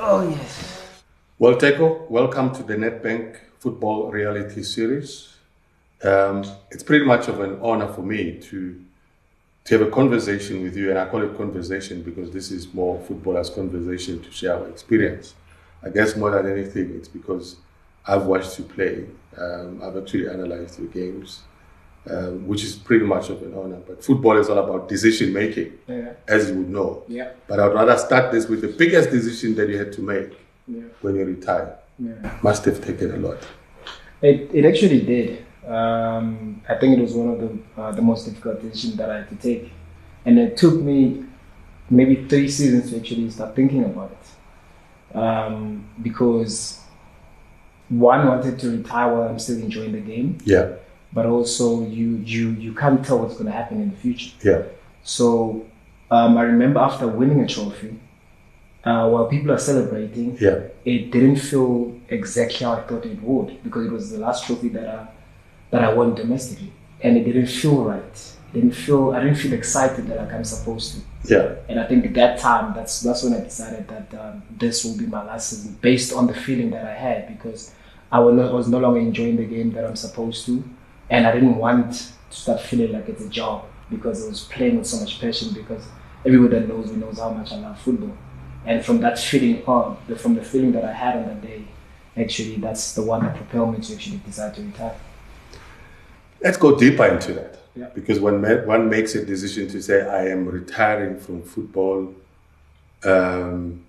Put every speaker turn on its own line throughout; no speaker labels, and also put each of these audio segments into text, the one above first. Oh, yes.
Well, Teko, welcome to the NetBank Football Reality Series. Um, it's pretty much of an honor for me to to have a conversation with you, and I call it conversation because this is more footballers' conversation to share our experience. I guess more than anything, it's because I've watched you play. Um, I've actually analyzed your games, um, which is pretty much of an honor. But football is all about decision making,
Yeah.
as you would know.
Yeah.
But I'd rather start this with the biggest decision that you had to make
Yeah.
when you retire.
yeah.
Must have taken a lot.
It, it actually did. Um, I think it was one of the uh, the most difficult decisions that I had to take, and it took me maybe three seasons to actually start thinking about it, um, because one wanted to retire while I'm still enjoying the game,
Yeah,
but also you you you can't tell what's going to happen in the future.
yeah,
So um, I remember after winning a trophy, uh, while people are celebrating,
yeah,
it didn't feel exactly how I thought it would because it was the last trophy that I that I won domestically, and it didn't feel right. It didn't feel I didn't feel excited like I'm supposed to.
yeah,
And I think at that time, that's that's when I decided that um, this will be my last season, based on the feeling that I had, because I was, no, I was no longer enjoying the game that I'm supposed to, and I didn't want to start feeling like it's a job because I was playing with so much passion. Because everyone that knows me knows how much I love football, and from that feeling on, the- from the feeling that I had on that day, actually, that's the one that propelled me to actually decide to retire.
Let's go deeper into that.
Yeah.
Because when ma- one makes a decision to say, I am retiring from football, um,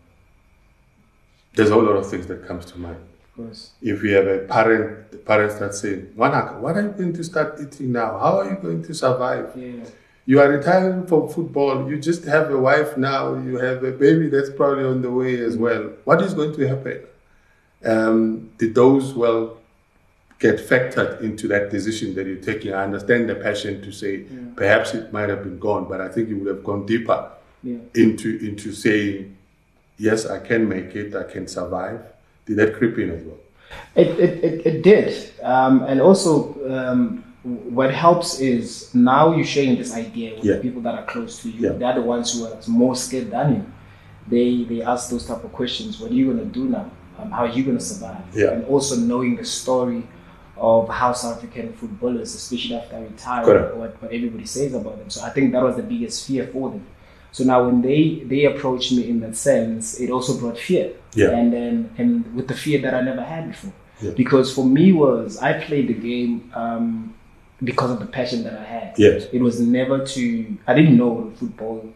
there's a whole lot of things that comes to mind.
Because
If you have a parent, the parents that say, Wanaka, what are you going to start eating now? How are you going to survive?
yeah,
You are retiring from football. You just have a wife now. You have a baby that's probably on the way
Mm.
as well. What is going to happen? Um, did those well get factored into that decision that you're taking? I understand the passion to say perhaps it might have been gone, but I think you would have gone deeper
yeah.
into into saying yes, I can make it. I can survive. Did that creep in as well?
It, it, it, it did. Um, and also, um, w- what helps is now you're sharing this idea with
Yeah.
the people that are close to you.
Yeah.
They're the ones who are more scared than you. They, they ask those type of questions What are you going to do now? Um, how are you going to survive?
Yeah.
And also knowing the story of how South African footballers, especially after
Correct.
retiring, what, what everybody says about them. So I think that was the biggest fear for them. So now when they, they approached me in that sense, it also brought fear
Yeah.
and then and with the fear that I never had before.
Yeah.
Because for me was I played the game um, because of the passion that I had.
Yes.
It was never to I didn't know football.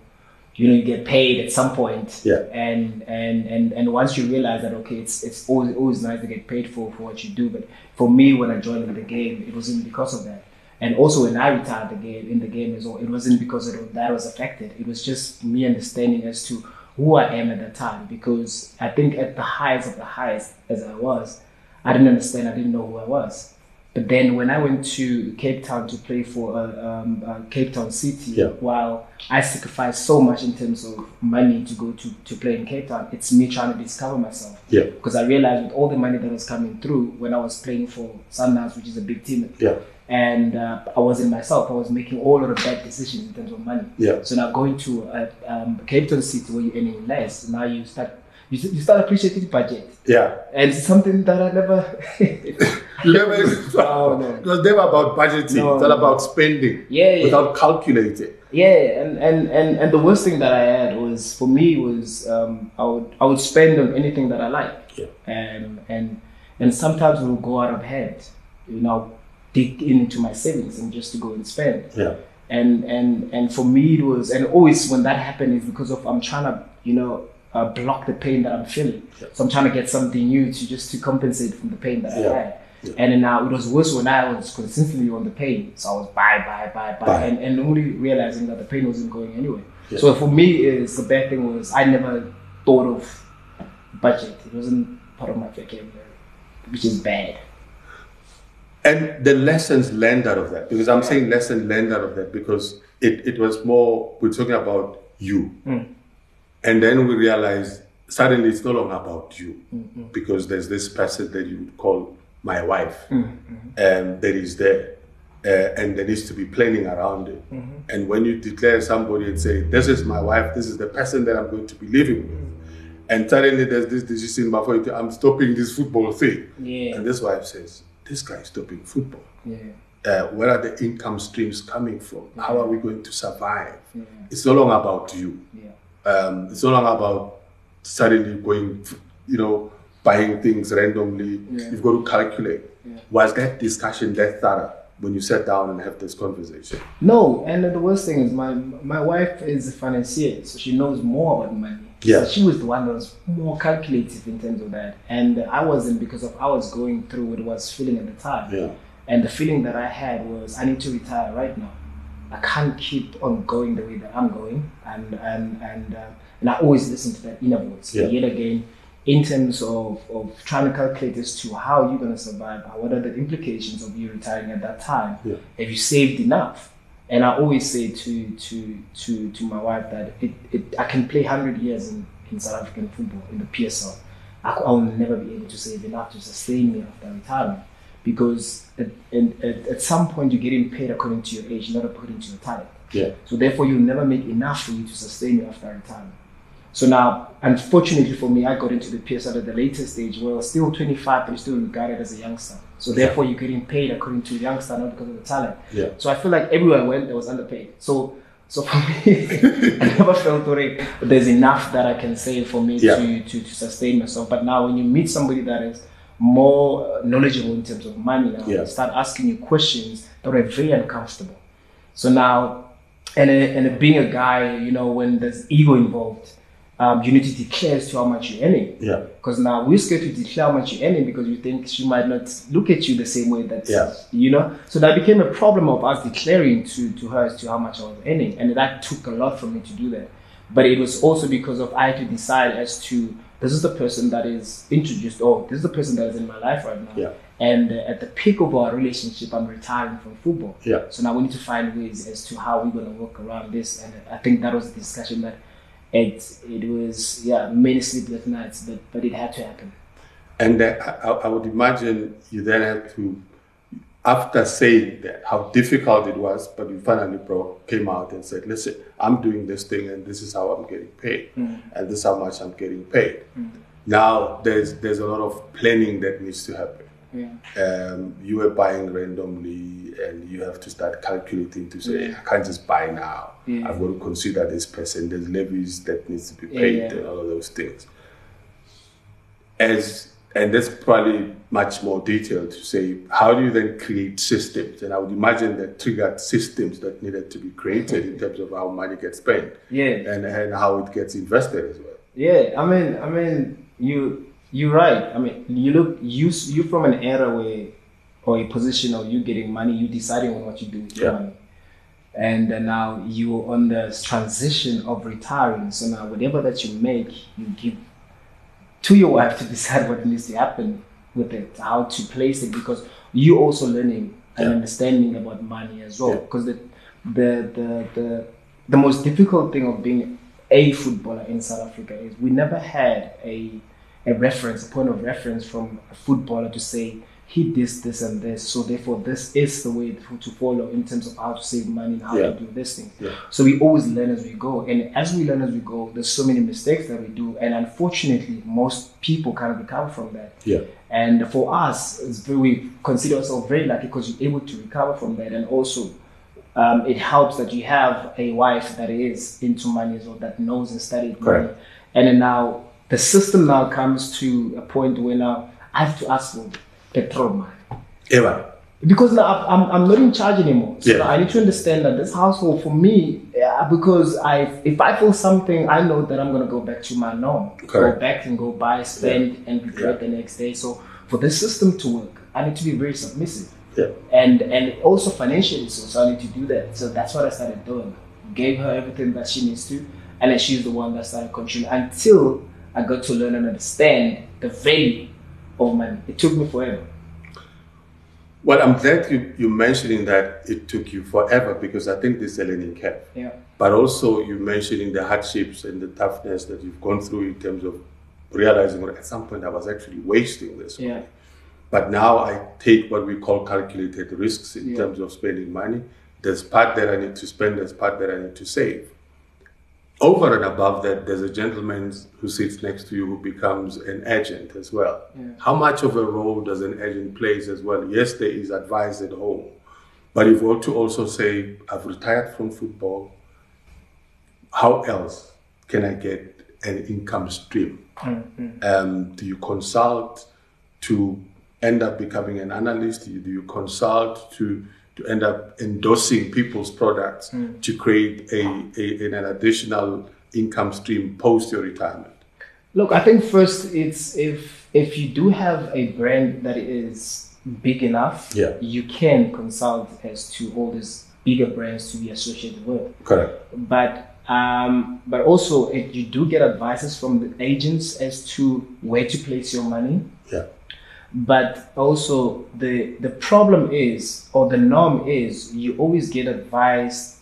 You know, you get paid at some point.
Yeah.
And and and and once you realize that okay, it's it's always always nice to get paid for for what you do. But for me, when I joined the game, it wasn't because of that. And also when I retired the game in the game as well, it wasn't because it, was- that was affected. It was just me understanding as to who I am at the time. Because I think at the highest of the highest as I was, I didn't understand. I didn't know who I was. But then when I went to Cape Town to play for uh, um, uh, Cape Town City,
Yeah.
while I sacrificed so much in terms of money to go to, to play in Cape Town, it's me trying to discover myself.
Yeah.
Because I realized with all the money that was coming through when I was playing for Sundowns, which is a big team,
Yeah.
and uh, I wasn't myself. I was making all lot of bad decisions in terms of money.
Yeah.
So now going to uh, um, Cape Town City where you're earning less, now you start you, you start appreciating budget,
Yeah.
and it's something that I never.
You never,
Oh, no.
It was never about budgeting.
No,
it's all
no.
about spending
Yeah, yeah.
without calculating.
Yeah, and, and, and, and the worst thing that I had was for me was um, I would I would spend on anything that I like,
Yeah.
um, and and sometimes it will go out of hand, you know, dig into my savings and just to go and spend,
Yeah.
and and and for me it was and always when that happened is because of I'm trying to you know uh, block the pain that I'm feeling, so I'm trying to get something new to just to compensate from the pain that
Yeah.
I had. And then now it was worse when I was consistently on the pain. So I was buy, buy, buy, buy,
Buy.
And, and only realizing that the pain wasn't going anywhere.
Yeah.
So for me, is the bad thing was I never thought of budget. It wasn't part of my vocabulary, which is bad.
And the lessons learned out of that, because I'm saying lesson learned out of that because it, it was more, we're talking about you. And then we realized suddenly it's no longer about you because there's this person that you would call my wife um, that is there uh, and there needs to be planning around it. And when you declare somebody and say, This is my wife, this is the person that I'm going to be living with, And suddenly there's this decision before you, I'm stopping this football thing.
Yeah.
And this wife says, This guy is stopping football.
Yeah.
Uh, where are the income streams coming from? How are we going to survive?
Yeah.
It's no longer about you.
Yeah.
Um, it's no longer about suddenly going, you know, buying things randomly.
Yeah.
You've got to calculate.
Yeah.
Was that discussion that thorough when you sat down and have this conversation?
No, and the worst thing is my my wife is a financier, so she knows more about money.
Yeah.
So she was the one that was more calculative in terms of that, and I wasn't because of I was going through what I was feeling at the time.
Yeah.
And the feeling that I had was I need to retire right now. I can't keep on going the way that I'm going, and and and uh, and I always listen to that inner voice.
Yeah.
Yet again, in terms of, of trying to calculate as to how you're going to survive, what are the implications of you retiring at that time?
Yeah.
Have you saved enough? And I always say to to to, to my wife that it, it I can play hundred years in, in South African football in the PSL. I, c- I will never be able to save enough to sustain me after retirement because at, and at, at some point you're getting paid according to your age, not according to your talent.
Yeah.
So therefore, you'll never make enough for you to sustain you after retirement. So now, unfortunately for me, I got into the PSL at the later stage where I was still 25 and still regarded as a youngster. So therefore, you're getting paid according to youngster, not because of the talent.
Yeah.
So I feel like everywhere I went, I was underpaid. So so for me, I never felt already there's enough that I can save for me
Yeah.
to, to, to sustain myself. But now, when you meet somebody that is more uh, knowledgeable in terms of money, now,
Yeah.
they start asking you questions that are very uncomfortable. So now, and uh, and uh, being a guy, you know, when there's ego involved, um, you need to declare as to how much you're earning.
Yeah.
Because now we're scared to declare how much you're earning because you think she might not look at you the same way that,
Yeah.
you know. So that became a problem of us declaring to, to her as to how much I was earning. And that took a lot for me to do that. But it was also because of I had to decide as to this is the person that is introduced, or this is the person that is in my life right now.
Yeah.
And uh, at the peak of our relationship, I'm retiring from football.
Yeah.
So now we need to find ways as to how we're going to work around this. And I think that was the discussion that it it was yeah many sleepless nights, but but it had to happen.
And uh, I, I would imagine you then had to, after saying that, how difficult it was, but you finally broke, came out and said, listen, I'm doing this thing and this is how I'm getting paid.
Hmm.
And this is how much I'm getting paid. Now, there's, there's a lot of planning that needs to happen.
Yeah,
Um, you were buying randomly and you have to start calculating to say, I can't just buy now.
Yeah.
I've got to consider this person. There's levies that needs to be
Yeah,
paid
yeah.
and all of those things. As and that's probably much more detailed to say how do you then create systems? And I would imagine that triggered systems that needed to be created in terms of how money gets spent
yeah,
and, and how it gets invested as well.
yeah. I mean, I mean, you you're right. I mean, you look you s- you from an era where or a position of you getting money, you deciding on what you do with your
Yeah.
money. And uh, now you're on the transition of retiring. So now whatever that you make, you give to your wife to decide what needs to happen with it, how to place it, because you also learning and
Yeah.
understanding about money as well.
Yeah.
Because the, the the the the most difficult thing of being a footballer in South Africa is we never had a a reference, a point of reference from a footballer to say he this, this, and this. So therefore, this is the way to to follow in terms of how to save money and how
Yeah.
to do these things.
Yeah.
So we always learn as we go, and as we learn as we go, there's so many mistakes that we do, and unfortunately, most people can't recover from that.
Yeah.
And for us, it's very, we consider ourselves very lucky because you're able to recover from that, and also um, it helps that you have a wife that is into money as well, that knows and studied money.
Correct.
And then now the system now comes to a point where now I have to ask for petrol money
Ever.
because now I- I'm, I'm not in charge anymore. So
Yeah.
now I need to understand that this household for me, yeah, because I if I feel something, I know that I'm gonna go back to my norm,
Correct.
go back and go buy, spend, and regret the next day. So for this system to work, I need to be very submissive,
Yeah.
and and also financially. So, so I need to do that. So that's what I started doing. Gave her everything that she needs to, and then she's the one that started contributing until I got to learn and understand the value of money. It took me forever.
Well, I'm glad you, you're mentioning that it took you forever because I think this is a learning curve.
Yeah.
But also, you mentioning the hardships and the toughness that you've gone through in terms of realizing well, at some point I was actually wasting this.
Yeah.
But now I take what we call calculated risks in
Yeah.
terms of spending money. There's part that I need to spend, there's part that I need to save. Over and above that, there's a gentleman who sits next to you who becomes an agent as well.
Yeah.
How much of a role does an agent plays as well? Yes, there is advice at home, but you've got to also say, I've retired from football. How else can I get an income stream? Um, do you consult to end up becoming an analyst? Do you- do you consult to to end up endorsing people's products
Hmm.
to create a, a an additional income stream post your retirement?
Look, I think first it's if if you do have a brand that is big enough,
Yeah.
you can consult as to all these bigger brands to be associated with.
Correct.
But um, but also if you do get advices from the agents as to where to place your money.
Yeah.
But also the the problem is or the norm is you always get advice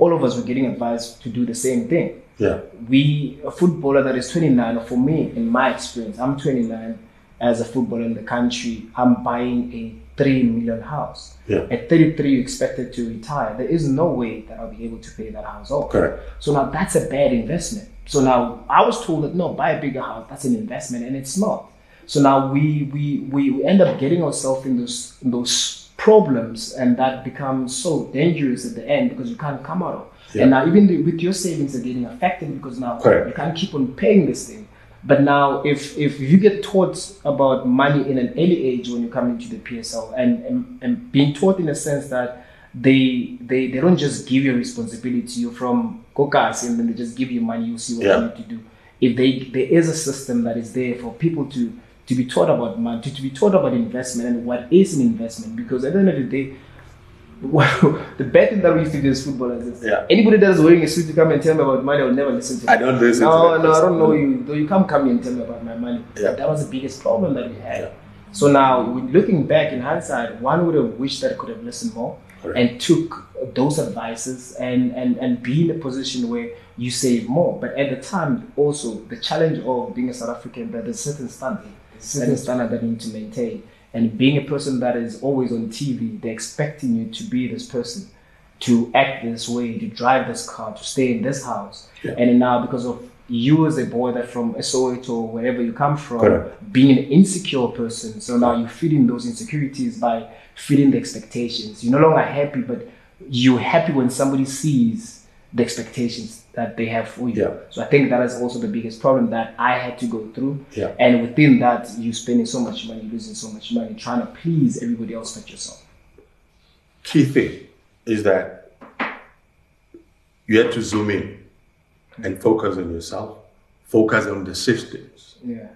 all of us were getting advice to do the same thing
Yeah.
we a footballer that is 29 or for me in my experience i'm 29 as a footballer in the country i'm buying a 3 million house
Yeah.
at 33 you're expected to retire there is no way that i'll be able to pay that house off
Correct.
so now that's a bad investment so now i was told that no buy a bigger house that's an investment and it's not so now we we we, we end up getting ourselves in those in those problems and that becomes so dangerous at the end because you can't come out of
Yeah.
and now even the, with your savings are getting affected because now
Correct.
you can't keep on paying this thing. But now, if if you get taught about money in an early age when you come into the PSL, and and, and being taught in a sense that they they they don't just give you a responsibility, you're from Kokas, and then they just give you money, you see what
Yeah.
you need to do. If they there is a system that is there for people to to be taught about money, to, to be taught about investment and what is an investment, because at the end of the day, well, the bad thing that we used to do as footballers is
Yeah.
anybody that is wearing a suit to come and tell me about money, I will never listen to
I
you.
don't listen to
No,
that
no, I
person.
don't know you. Though you can't come here and tell me about my money.
Yeah.
That was the biggest problem that we had.
Yeah.
So now, when looking back in hindsight, one would have wished that I could have listened more
Correct.
and took those advices and, and, and be in a position where you save more. But at the time, also, the challenge of being a South African, that there's certain standard, certain standard that you need to maintain. And being a person that is always on TV, they're expecting you to be this person, to act this way, to drive this car, to stay in this house.
Yeah.
And now, because of you as a boy that from Soweto or wherever you come from,
Correct.
being an insecure person. So now you're feeding those insecurities by feeding the expectations. You're no longer happy, but you're happy when somebody sees the expectations that they have for you.
Yeah.
So I think that is also the biggest problem that I had to go through.
Yeah.
And within that, you're spending so much money, losing so much money, trying to please everybody else but yourself.
key thing is that you have to zoom in and focus on yourself, focus on the systems.
Yeah.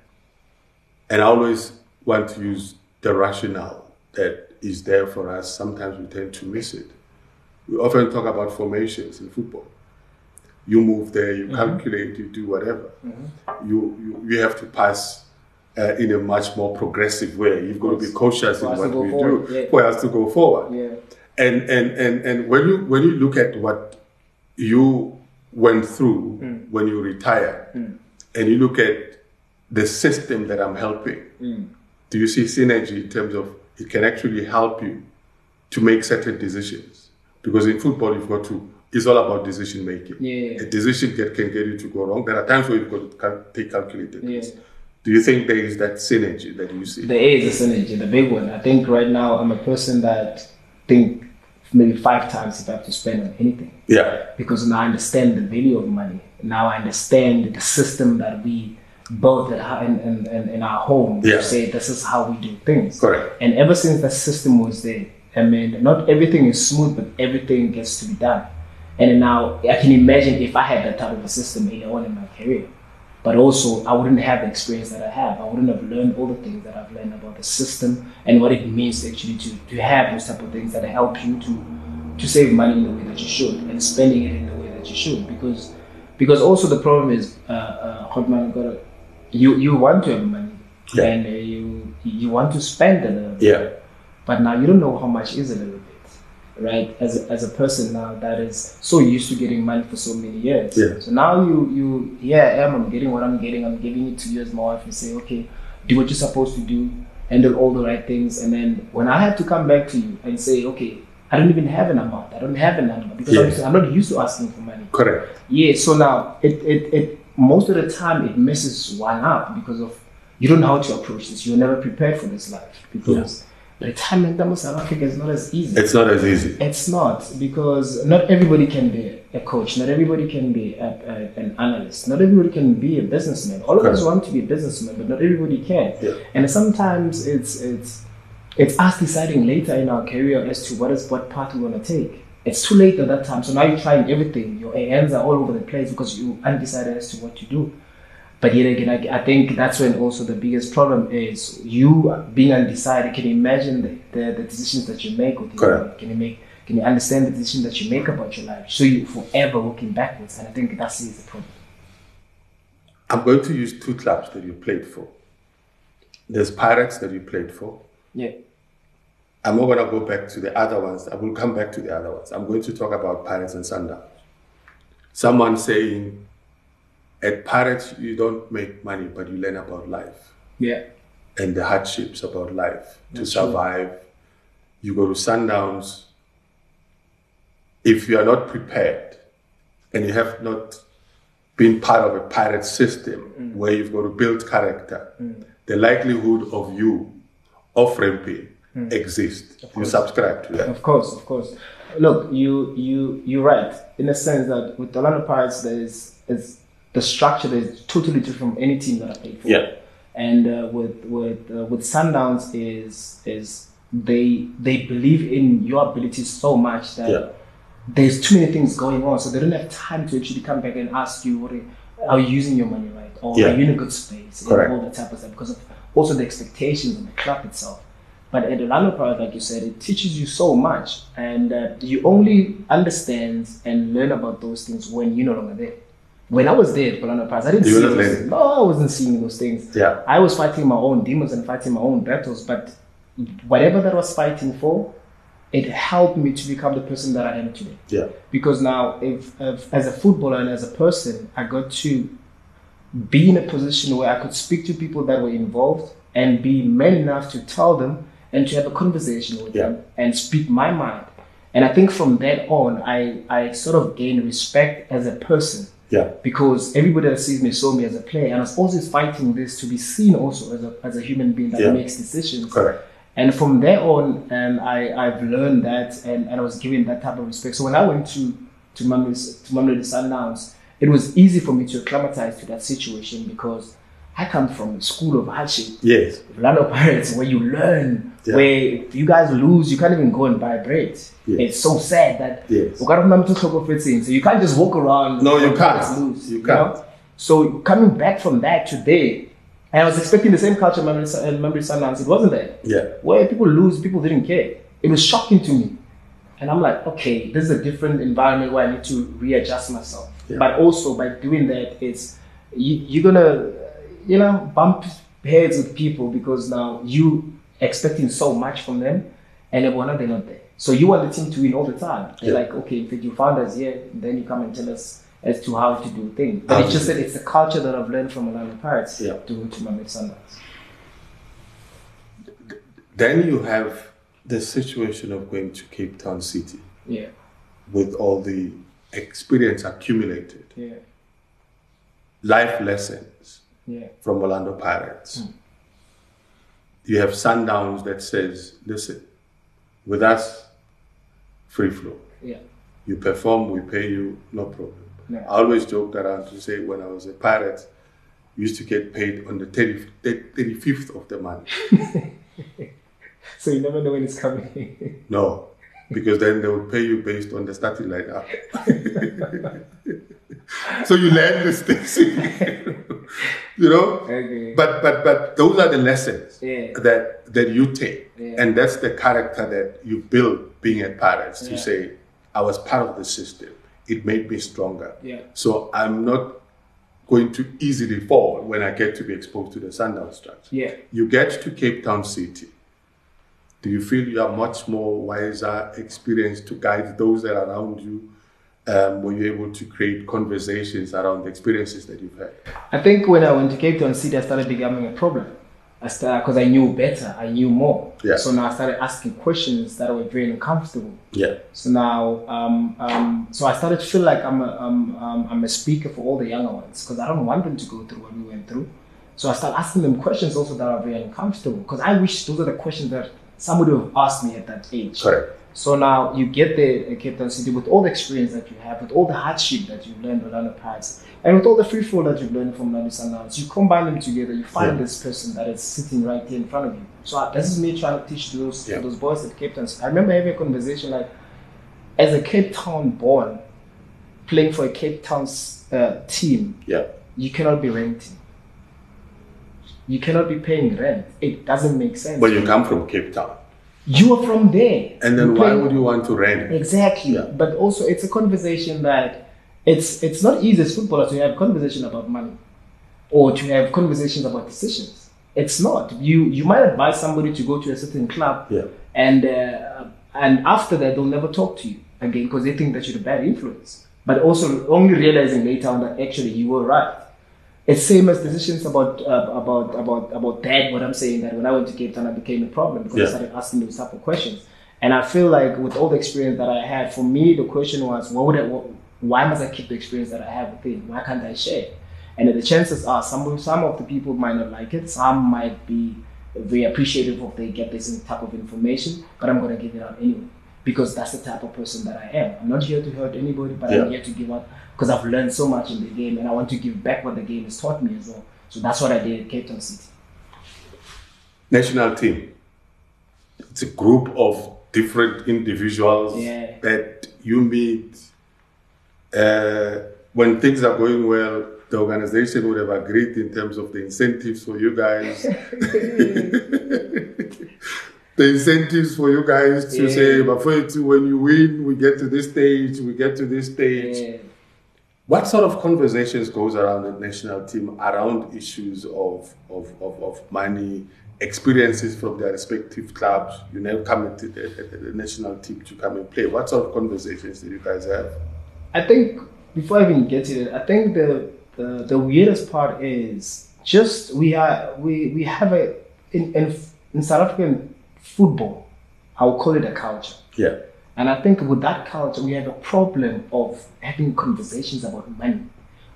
And I always want to use the rationale that is there for us. Sometimes we tend to miss it. We often talk about formations in football. You move there,
Mm-hmm.
you calculate, you do whatever. You, you you have to pass uh, in a much more progressive way. You've got to be cautious in
For us to
what
go
we
forward,
do
yeah.
for us to go forward
Yeah.
and and and and when you when you look at what you went through
Hmm.
when you retire and you look at the system that i'm helping
Hmm.
do you see synergy in terms of it can actually help you to make certain decisions because in football you've got to it's all about decision making
Yeah.
a decision that can get you to go wrong there are times where you've got to cal- take calculated
Yeah.
risks. do you think there is that synergy that you see
There is a synergy, the big one. I think right now I'm a person that think maybe five times if I have to spend on anything.
yeah
because now I understand the value of money. Now I understand the system that we built at our, in, in, in, in our home
Yeah.
to say this is how we do things.
Correct.
And ever since that system was there, I mean, not everything is smooth, but everything gets to be done. And now I can imagine if I had that type of a system earlier on in my career. But also, I wouldn't have the experience that I have. I wouldn't have learned all the things that I've learned about the system and what it means actually to, to have those type of things that help you to to save money in the way that you should and spending it in the way that you should because because also the problem is uh, uh Hotman got a, you you want to have money
Yeah.
and uh, you you want to spend a little bit,
yeah
but now you don't know how much is a little bit right as a, as a person now that is so used to getting money for so many years
Yeah.
so now you you yeah I am I'm getting what I'm getting I'm giving it to you as my wife and say okay do what you're supposed to do handle all the right things and then when I have to come back to you and say okay I don't even have an amount. I don't have a number because
Yes.
obviously I'm not used to asking for money.
Correct.
Yeah, so now it, it, it most of the time it messes one up because of you don't know how to approach this. You're never prepared for this life because retirement in South Africa is not as easy.
It's not as easy.
It's not because not everybody can be a coach, not everybody can be a, a, an analyst, not everybody can be a businessman. All of us
Correct.
want to be a businessman, but not everybody can.
Yeah.
And sometimes it's it's it's us deciding later in our career as to what is what path we want to take. It's too late at that time, so now you're trying everything. Your hands are all over the place because you undecided as to what to do. But yet again, I, I think that's when also the biggest problem is you being undecided. Can you imagine the, the, the decisions that you make with your
Correct.
life? Can you make? Can you understand the decision that you make about your life? So you forever looking backwards, and I think that's is the problem.
I'm going to use two clubs that you played for. There's Pirates that you played for.
Yeah,
I'm not going to go back to the other ones. I will come back to the other ones. I'm going to talk about Pirates and Sundown. Someone saying, at Pirates, you don't make money, but you learn about life
yeah,
and the hardships about life to survive. You go to Sundowns. If you are not prepared and you have not been part of a pirate system where you've got to build character, the likelihood of you off ramping exists. You subscribe to that.
of course, of course. Look, you you you're right in the sense that with the Orlando Pirates, there is is the structure that is totally different from any team that I played for. and uh, with with uh, with Sundowns is is they they believe in your ability so much that
Yeah.
there's too many things going on, so they don't have time to actually come back and ask you, what are- "Are you using your money right? Or
Yeah.
are you in a good space?" And
Correct.
all that type of stuff because of also the expectations of the club itself. But at Orlando Pride, like you said, it teaches you so much, and uh, you only understand and learn about those things when you're no longer there. When I was there at Orlando Pride, I didn't
You
see
were not
those-
learning.
no, I wasn't seeing those things.
Yeah.
I was fighting my own demons and fighting my own battles, but whatever that I was fighting for, it helped me to become the person that I am today.
Yeah.
Because now, if, if as a footballer and as a person, I got to be in a position where I could speak to people that were involved and be man enough to tell them and to have a conversation with
Yeah.
them and speak my mind. And I think from then on, I, I sort of gained respect as a person
Yeah.
because everybody that sees me saw me as a player, and I was always fighting this to be seen also as a, as a human being that
Yeah.
makes decisions.
Correct.
And from there on, um, I, I've learned that and, and I was given that type of respect. So when I went to to Mamelodi to Mamelodi Sundowns, it was easy for me to acclimatize to that situation because I come from a school of hardship.
Yes.
Orlando Pirates, where you learn,
Yeah.
where if you guys lose, you can't even go and buy bread.
Yes.
It's so sad that
Yes.
we got to to club of fitting, e so you can't just walk around.
No, you
and
can't.
just Lose,
You
know?
can't.
So coming back from that today, and I was expecting the same culture. Memory Sundance, it wasn't that.
Yeah.
Where people lose, people didn't care. It was shocking to me, and I'm like, okay, this is a different environment where I need to readjust myself.
Yeah.
But also by doing that, it's you, you're gonna, you know, bump heads with people because now you expecting so much from them, and then one they're not there. So you want the team to win all the time. They're
Yeah.
like, okay, if you found us here, then you come and tell us as to how to do things. But
How
it's
to
just that it's the culture that I've learned from Orlando Pirates
Yeah.
to to my Sundowns.
Then you have the situation of going to Cape Town City
Yeah,
with all the experience accumulated.
yeah,
life lessons
yeah,
from Orlando Pirates. You have Sundowns that says, listen, with us, free flow.
yeah.
You perform, we pay you, no problem.
Yeah.
I always joked around to say when I was a pirate, we used to get paid on the 30, 35th of the month.
So you never know when it's coming.
No, because then they would pay you based on the starting lineup. so you learn this thing, you know.
Okay.
But but but those are the lessons
Yeah.
that that you take,
Yeah.
and that's the character that you build being at Pirates.
Yeah.
To say, I was part of the system. It made me stronger.
Yeah.
So I'm not going to easily fall when I get to be exposed to the sundown structure.
Yeah.
You get to Cape Town City. Do you feel you are much more wiser, experienced to guide those that are around you? Um, were you able to create conversations around the experiences that you've had?
I think when I went to Cape Town City, I started becoming a problem I started because I knew better, I knew more.
Yeah.
So now I started asking questions that were very uncomfortable.
Yeah.
So now, um, um, so I started to feel like I'm a, um, um, I'm a speaker for all the younger ones because I don't want them to go through what we went through. So I started asking them questions also that are very uncomfortable because I wish those are the questions that somebody would have asked me at that age.
Correct.
So now you get there at Cape Town City with all the experience that you have, with all the hardship that you've learned with Orlando Pirates, and with all the free fall that you've learned from Orlando Sundowns, you combine them together, you find
Yeah.
this person that is sitting right here in front of you. So I- this is me trying to teach those
Yeah.
those boys at Cape Town. I remember having a conversation like, as a Cape Town born, playing for a Cape Town's uh, team,
Yeah.
you cannot be renting. You cannot be paying rent. It doesn't make sense.
But you come from Cape Town.
you are from there.
And then
You
why
play-
would you want to rent?
Exactly.
Yeah.
But also, it's a conversation that it's it's not easy as footballers to have conversation about money or to have conversations about decisions. It's not. You you might advise somebody to go to a certain club,
Yeah.
and uh, and after that they'll never talk to you again because they think that you're a bad influence. But also only realizing later on that actually you were right. It's same as decisions about uh, about about about that. What I'm saying that when I went to Cape Town, I became a problem because I
Yeah.
started asking those type of questions. And I feel like with all the experience that I had, for me the question was, what would I, what, why must I keep the experience that I have within? Why can't I share? And the chances are some some of the people might not like it. Some might be very appreciative if they get this type of information. But I'm gonna give it out anyway because that's the type of person that I am. I'm not here to hurt anybody, but I'm
Yeah.
here to give out because I've learned so much in the game and I want to give back what the game has taught me as well. So that's what I did at Cape Town City.
National team. It's a group of different individuals
Yeah.
that you meet. Uh, when things are going well, the organization would have agreed in terms of the incentives for you guys. the incentives for you guys to
Yeah.
say, but for you to, when you win, we get to this stage, we get to this stage.
Yeah.
What sort of conversations goes around the national team around issues of of, of, of money, experiences from their respective clubs? You now come to the, the- the national team to come and play. What sort of conversations did you guys have?
I think before I even get to it, I think the, the the weirdest part is just we are we we have a in in, in South African football, I will call it a culture.
Yeah,
And I think with that culture, we have a problem of having conversations about money.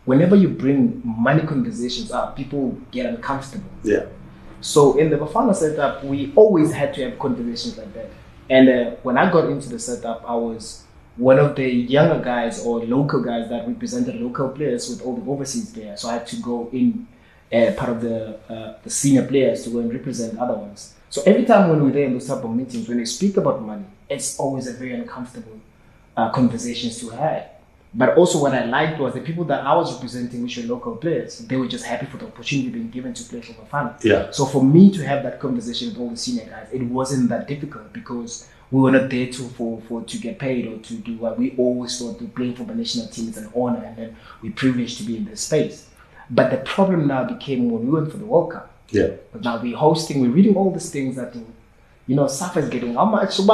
Whenever you bring money conversations up, people get uncomfortable.
yeah,
So in the Bafana setup, we always had to have conversations like that. And uh, when I got into the setup, I was one of the younger guys or local guys that represented local players with all the overseas players. So I had to go in uh, part of the, uh, the senior players to go and represent other ones. So every time when we're there in those type of meetings, when they speak about money, it's always a very uncomfortable uh, conversations to have. But also, what I liked was the people that I was representing, which were local players, they were just happy for the opportunity being given to play for Bafana.
yeah,
So for me to have that conversation with all the senior guys, it wasn't that difficult because we were not there to for, for to get paid or to do what we always thought that playing for the national team is an honor and then we're privileged to be in this space. But the problem now became when we went for the World Cup.
yeah,
But now we're hosting, we're reading all these things that you know, SAFA is getting how much?
There's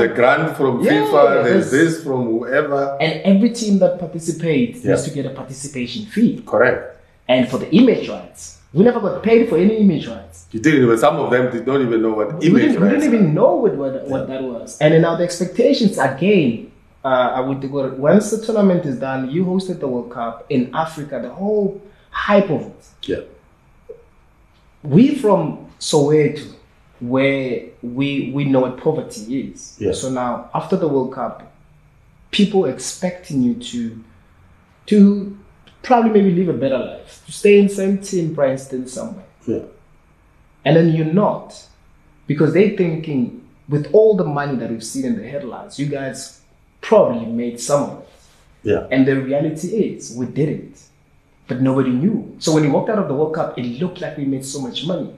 a grant from
Yeah,
FIFA. There's
there's-
this from whoever.
and every team that participates
Yeah.
needs to get a participation fee.
Correct.
And for the image rights, we never got paid for any image rights.
You didn't even. Some of them did not even know what
we
image.
didn't, we
rights
didn't
are.
even know what what, what that was. And then now the expectations again. Uh, I would go once the tournament is done. You hosted the World Cup in Africa. The whole hype of it.
Yeah,
We from Soweto, where we we know what poverty is.
Yeah.
So now after the World Cup, people expecting you to to probably maybe live a better life, to stay in same team, for instance, somewhere
yeah,
and then you're not because they thinking with all the money that we've seen in the headlines you guys probably made some of it
yeah,
and the reality is we didn't but nobody knew so when we walked out of the world cup it looked like we made so much money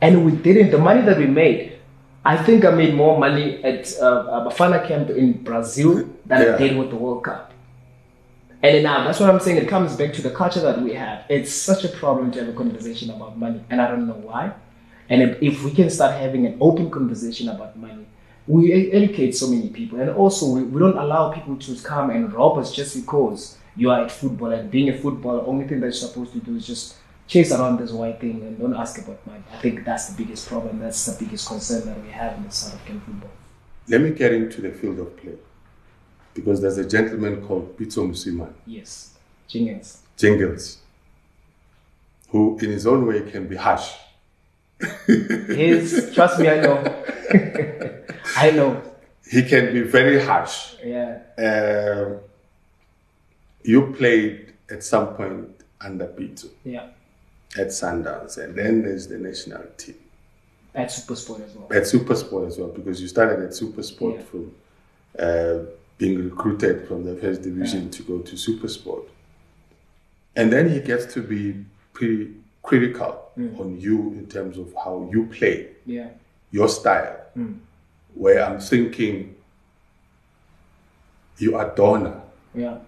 and we didn't the money that we made i think i made more money at uh, a bafana camp in brazil than
Yeah.
i did with the world cup and then now that's what i'm saying it comes back to the culture that we have it's such a problem to have a conversation about money and i don't know why and if, if we can start having an open conversation about money, we e- educate so many people. And also, we, we don't allow people to come and rob us just because you are at football. And being a footballer, only thing that you're supposed to do is just chase around this white thing and don't ask about money. I think that's the biggest problem. That's the biggest concern that we have in the South African football.
Let me get into the field of play because there's a gentleman called Pito Musiman,
Yes, Jingles.
Jingles, who in his own way can be harsh.
His trust me, I know. I know.
He can be very harsh.
Yeah,
Um, you played at some point under Pito
yeah.
at Sundowns, and then there's the national team.
At Super Sport as well.
At SuperSport as well, because you started at SuperSport
Yeah.
from uh, being recruited from the first division to go to SuperSport. And then he gets to be pretty critical on you in terms of how you play,
Yeah,
your style,
Hmm.
where I'm thinking you are Donna.
yeah,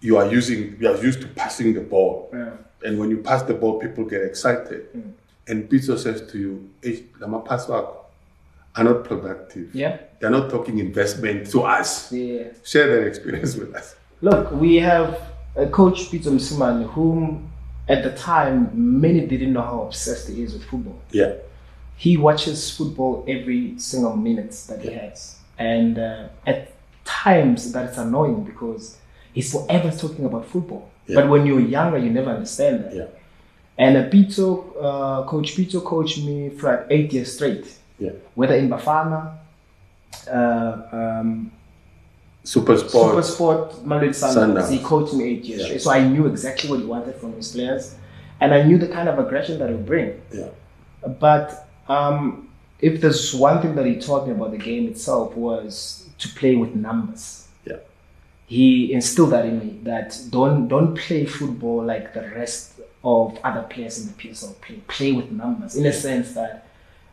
You are using you are used to passing the ball.
yeah.
And when you pass the ball, people get excited.
Hmm.
And Pizzo says to you, hey, Lama Paswako are not productive.
Yeah.
They're not talking investment to us.
Yeah.
Share that experience with us.
Look, we have a coach, Peter Musiman, whom at the time many didn't know how obsessed he is with football.
Yeah.
He watches football every single minute that he has. And uh, at times that is annoying because he's forever talking about football.
Yeah.
But when you're younger, you never understand that.
Yeah.
And uh, Pito, uh, Coach Pito coached me for like eight years straight,
Yeah.
whether in Bafana, uh, um,
Super
Super
sport.
Sport, Mamelodi Sundowns.
Sundowns.
He coached me eight years
Yeah.
straight. So I knew exactly what he wanted from his players. And I knew the kind of aggression that he would bring.
yeah.
But um, if there's one thing that he taught me about the game itself was to play with numbers
Yeah.
he instilled that in me that don't don't play football like the rest of other players in the PSL play. Play with numbers in a sense that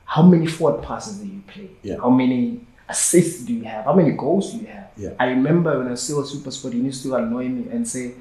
how many forward passes do you play?
Yeah.
How many assists do you have? How many goals do you have?
Yeah.
I remember when I was still a super sport, he used to annoy me and say,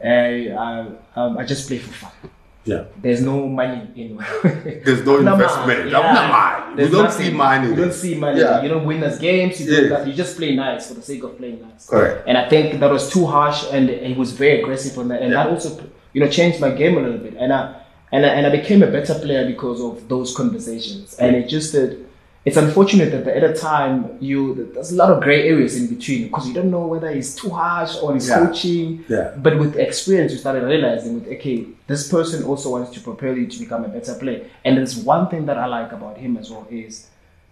"Hey, I, um, I just play for fun.
Yeah.
There's no money in
There's no
Nama,
investment. Nama, you
There's
don't
nothing.
see money.
You don't see money.
Yeah.
You don't win us games. You,
Yes.
do that. you just play nice for the sake of playing nice.
Correct.
And I think that was too harsh, and he was very aggressive on that, and
Yeah.
that also, you know, changed my game a little bit. And I and I, and I became a better player because of those conversations. And it just that it's unfortunate that at a time you there's a lot of gray areas in between because you don't know whether it's too harsh or it's
Yeah.
coaching.
Yeah.
But with experience, you started realizing, with, okay, this person also wants to propel you to become a better player. And there's one thing that I like about him as well is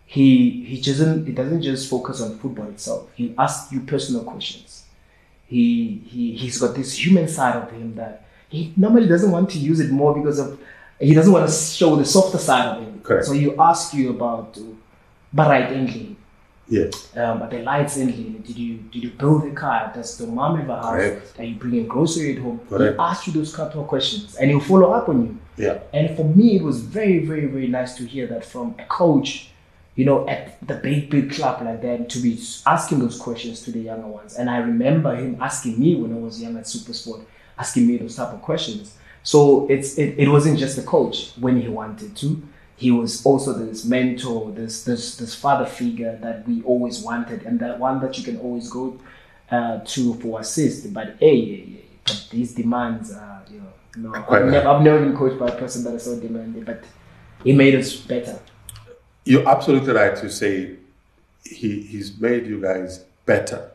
he he doesn't he doesn't just focus on football itself. He asks you personal questions. He he he's got this human side of him that he normally doesn't want to use it more because of he doesn't want to show the softer side of him.
Correct.
So you ask you about uh, Barite Endley,
Yeah.
um, are the lights in here? Did you did you build a car? Does the mom have a house?
Correct.
Are you bringing grocery at home?
Correct.
He asks you those kind of questions, and he'll follow up on you.
Yeah.
And for me, it was very, very, very nice to hear that from a coach, you know, at the big, big club like that, to be asking those questions to the younger ones. And I remember him asking me when I was young at Supersport, asking me those type of questions. So it's it, it wasn't just the coach when he wanted to. He was also this mentor, this this this father figure that we always wanted, and that one that you can always go uh, to for assist. But hey, hey, hey, but these demands are you know no,
Quite
I've never, I've never been coached by a person that is so demanding, but he made us better.
You're absolutely right to say he, he's made you guys better.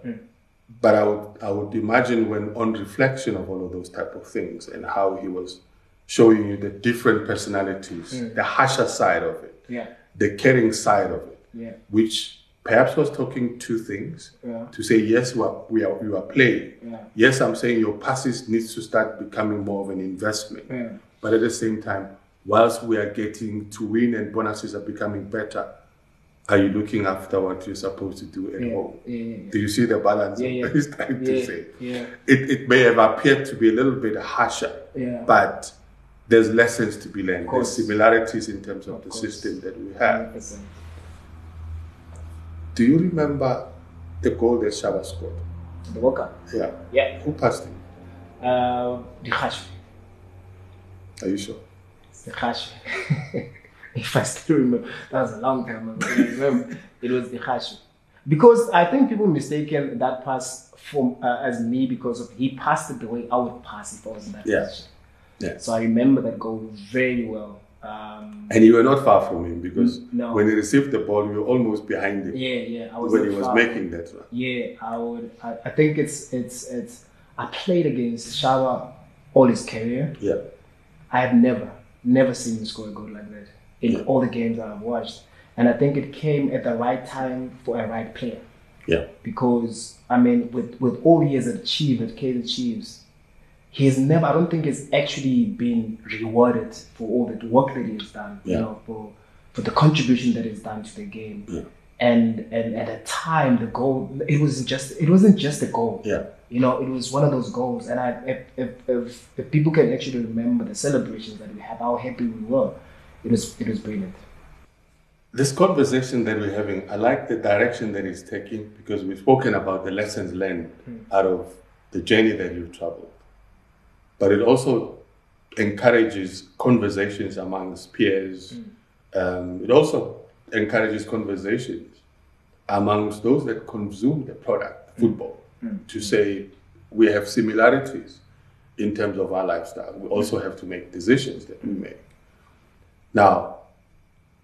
But I would I would imagine when on reflection of all of those type of things and how he was showing you the different personalities, the harsher side of it,
Yeah,
the caring side of it,
yeah,
which perhaps was talking two things.
Yeah.
To say yes, we are we are, you are playing.
Yeah.
Yes, I'm saying your passes needs to start becoming more of an investment.
yeah,
But at the same time, whilst we are getting to win and bonuses are becoming better, are you looking after what you're supposed to do at
yeah,
home?
yeah,
Do you see the balance
Yeah,
of
yeah.
what he's trying
yeah,
to say?
yeah,
It, it may have appeared to be a little bit harsher,
Yeah.
but there's lessons to be learned. There's
course.
similarities in terms of,
Of
the
course.
system that we have.
100%.
Do you remember the goal that Shaba scored?
The World Cup.
Yeah.
Yeah.
Who passed him?
Uh, the Khashvi.
Are you sure?
The Khashvi. if I still remember, that was a long time ago. I remember it was the Khashvi. Because I think people mistaken that pass from uh, as me because of he passed it the way I would pass if I was in that
Yeah.
position.
Yeah.
So I remember that goal very well. Um,
And you were not far from him because
no.
when he received the ball, you were almost behind him
yeah, yeah. I was
when
not
he was
far.
making that run.
Yeah, I would. I, I think it's it's it's. I played against Shawa all his career.
Yeah.
I have never never seen him score a goal like that in
Yeah.
all the games that I've watched, and I think it came at the right time for a right player.
Yeah.
Because I mean, with with all he has achieved at KZ Chiefs, he's never. I don't think he's actually been rewarded for all the work that he's done.
Yeah.
You know, for for the contribution that he's done to the game.
Yeah.
And and at the time, the goal it was just it wasn't just a goal.
Yeah.
You know, it was one of those goals, and I, if, if, if, if people can actually remember the celebrations that we had, how happy we were, it was it was brilliant.
This conversation that we're having, I like the direction that it's taking because we've spoken about the lessons learned out of the journey that you've traveled. But it also encourages conversations amongst peers. Um, it also encourages conversations amongst those that consume the product, football, to say we have similarities in terms of our lifestyle. We also have to make decisions that we make. Now,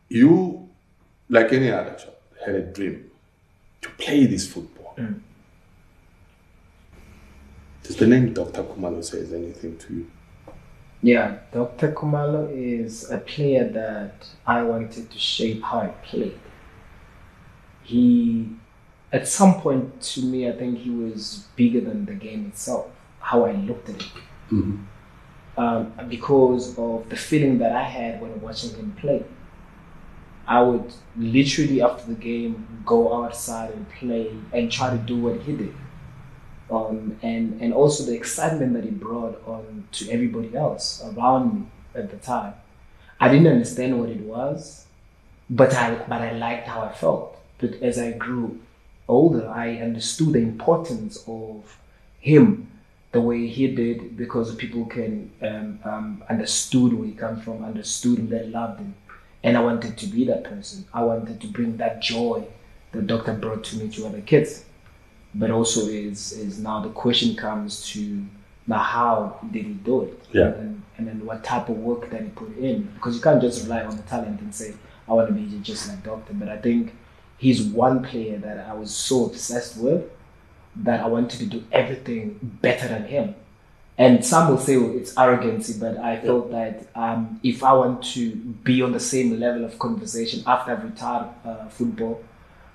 you, like any other child, had a dream to play this football. Does the name Dr. Kumalo says anything to you?
Yeah, Dr. Kumalo is a player that I wanted to shape how I played. He, at some point to me, I think he was bigger than the game itself, how I looked at it. Um, because of the feeling that I had when watching him play. I would literally, after the game, go outside and play and try to do what he did um, and and also the excitement that it brought on to everybody else around me at the time. I didn't understand what it was, but I but I liked how I felt. But as I grew older, I understood the importance of him the way he did because people can um, um, understood where he come from, understood him, they loved him, and I wanted to be that person. I wanted to bring that joy that Doctor brought to me to other kids but also is is now the question comes to now how did he do it
Yeah.
and, then, and then what type of work that he put in because you can't just rely on the talent and say i want to be just like doctor but i think he's one player that i was so obsessed with that i wanted to do everything better than him and some will say well, it's arrogancy but i felt that um, if i want to be on the same level of conversation after i've retired uh, football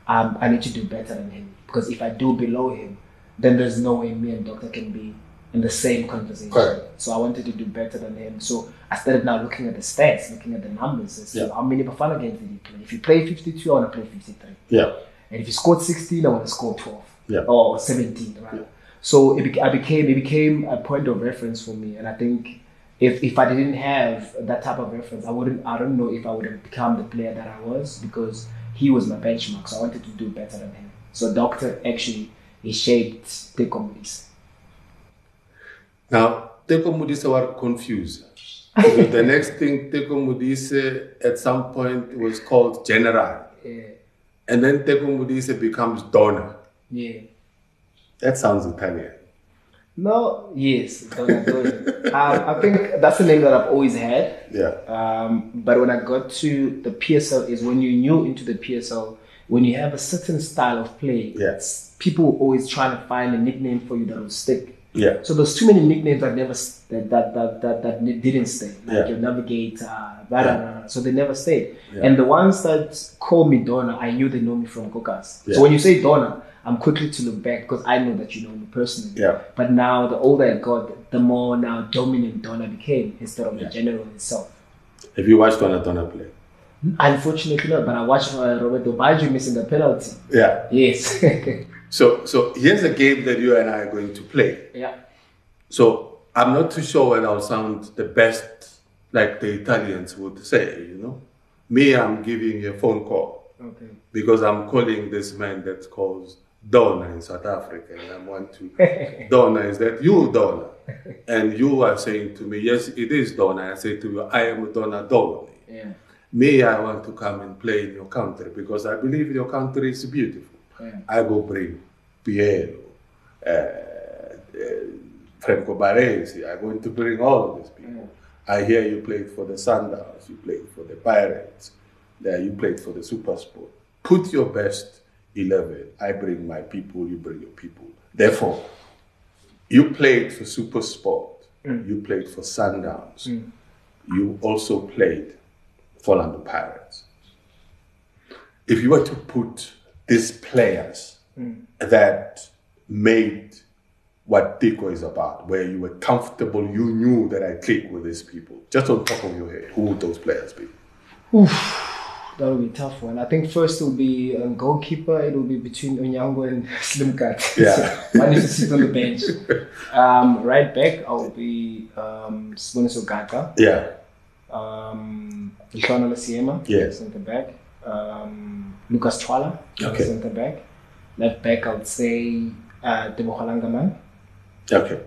um, I need to do better than him because if I do below him, then there's no way me and Doctor can be in the same conversation.
Correct.
So I wanted to do better than him. So I started now looking at the stats, looking at the numbers, and see
Yeah.
how many Bafana games did he play. If he played 52, I want to play 53.
Yeah.
And if he scored 16, I want to score 12
Yeah.
or 17, rather. So it bec I became it became a point of reference for me, and I think if, if I didn't have that type of reference, I wouldn't. I don't know if I would have become the player that I was because he was my benchmark. So I wanted to do better than him. So Doctor actually he shaped the companies.
Now, Teko Modise were confused. Because the next thing, Teko Modise at some point was called General.
Yeah,
And then Teko Modise becomes Donna.
yeah.
That sounds Italian.
No, yes, Donna Doyle. um, I think that's the name that I've always had.
Yeah.
Um, but when I got to the PSL, is when you're new into the PSL, when you have a certain style of play,
Yes.
people were always trying to find a nickname for you that will stick.
Yeah.
So there's too many nicknames that never s- that that that that, that ni- didn't stay, like
Yeah.
your navigator, blah, blah, blah, blah. so they never stayed.
Yeah.
And the ones that call me Donna, I knew they know me from Kokas.
Yeah.
So when you say Donna, I'm quickly to look back because I know that you know me personally.
Yeah.
But now the older I got, the more now dominant Donna became instead of the general itself.
Have you watched Donna Donna play?
Unfortunately not, but I watched uh, Roberto Baggio missing the penalty.
Yeah.
Yes.
So, so here's a game that you and I are going to play.
yeah.
So I'm not too sure whether I'll sound the best like the Italians would say, you know. Me, I'm giving a phone call
Okay.
because I'm calling this man that's called Donna in South Africa. And I want to, Donna, is that you, Donna? And you are saying to me, yes, it is Donna. I say to you, I am Donna Donna.
Yeah.
Me, I want to come and play in your country because I believe your country is beautiful.
Yeah.
I will bring Piero, uh, uh, Franco Baresi. I'm going to bring all of these people. I hear you played for the Sundowns, you played for the Pirates, that you played for the Super Sport. Put your best 11. I bring my people, you bring your people. Therefore, you played for Super Sport, you played for Sundowns, you also played for Orlando Pirates. If you were to put these players that made what Deco is about, where you were comfortable, you knew that I click with these people, just on top of your head, who would those players be?
That would be a tough one. I think first it will be um, goalkeeper. It will be between Onyango and Slimkat.
Yeah.
so one needs to sit on the bench. Um, right back, I'll be um, Siboniso Gaka.
Yeah,
Um, Ishwana Lasiema.
Yeah.
Centre back. Um, Lucas Twala.
Okay.
Centre back. Left back, I would say uh, Debo Halangaman.
okay.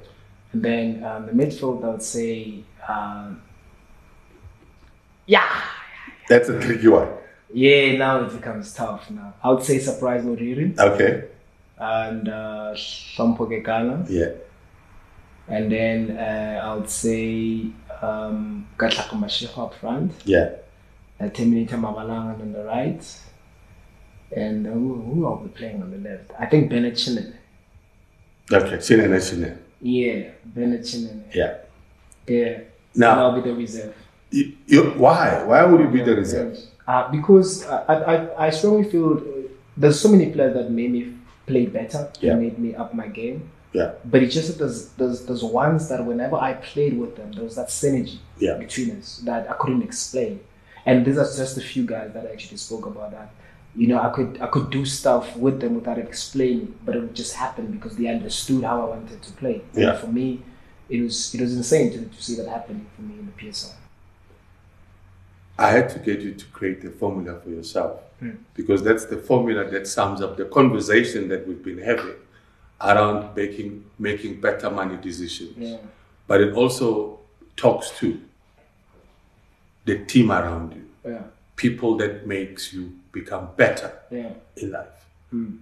And then um, the midfield, I would say. Um, yeah.
That's a tricky one.
Yeah, now it becomes tough now. I would say surprise Moririn.
Okay,
and uh, Sampoke Ghana.
yeah.
And then uh, I would say um, Katlaka Mashego up front,
Yeah.
uh, Terminator Mabalangan on the right. And uh, who, who are we playing on the left? I think Bennett Chinen.
Okay. Chinen is Chinen.
Yeah, Bennett Chinen.
Yeah.
Yeah. And
Now,
I'll be the reserve.
you, you, why? Why would you be the reserve?
Uh, because I, I, I strongly feel uh, there's so many players that made me play better,
Yeah.
that made me up my game.
Yeah.
But it's just that there's, there's, there's ones that whenever I played with them, there was that synergy
Yeah.
between us that I couldn't explain. And these are just a few guys that I actually spoke about that. You know, I could I could do stuff with them without explaining, but it would just happen because they understood how I wanted to play. And
Yeah.
for me, it was it was insane to, to see that happening for me in the PSL.
I had to get you to create a formula for yourself
Mm.
because that's the formula that sums up the conversation that we've been having around making making better money decisions.
Yeah.
But it also talks to the team around you,
Yeah.
people that makes you become better
Yeah.
in life.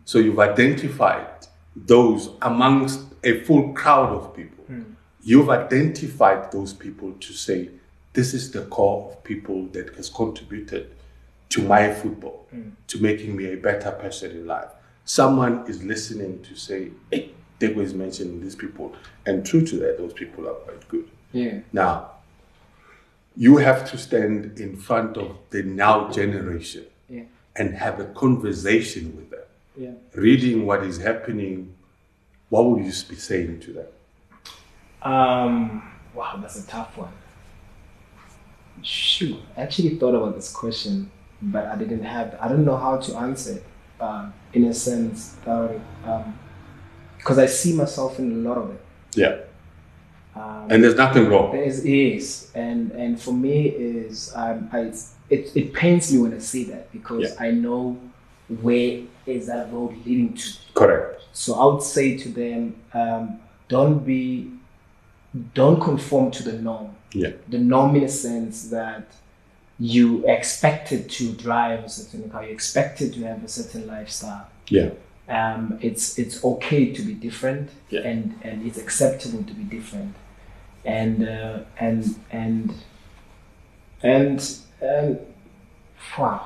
So you've identified those amongst a full crowd of people. You've identified those people to say, this is the core of people that has contributed to my football, to making me a better person in life. Someone is listening to say, hey, Dego is mentioning these people. And true to that, those people are quite good.
Yeah.
Now, you have to stand in front of the now generation
Yeah.
and have a conversation with them
Yeah.
reading what is happening, what would you be saying to them?
Um, wow, that's a tough one. Shoot, I actually thought about this question, but I didn't have. I don't know how to answer it. Um, in a sense, because I see myself in a lot of it.
Yeah.
Um,
And there's nothing wrong.
there is, is and and for me is um, I, it's- it it pains me when I see that because I know where is that road leading to.
Correct.
So I would say to them, um, don't be, don't conform to the norm.
Yeah.
The norm in a sense that you expected to drive a certain car, you expected to have a certain lifestyle.
Yeah.
Um, it's it's okay to be different,
Yeah.
and and it's acceptable to be different, and uh, and and and and wow,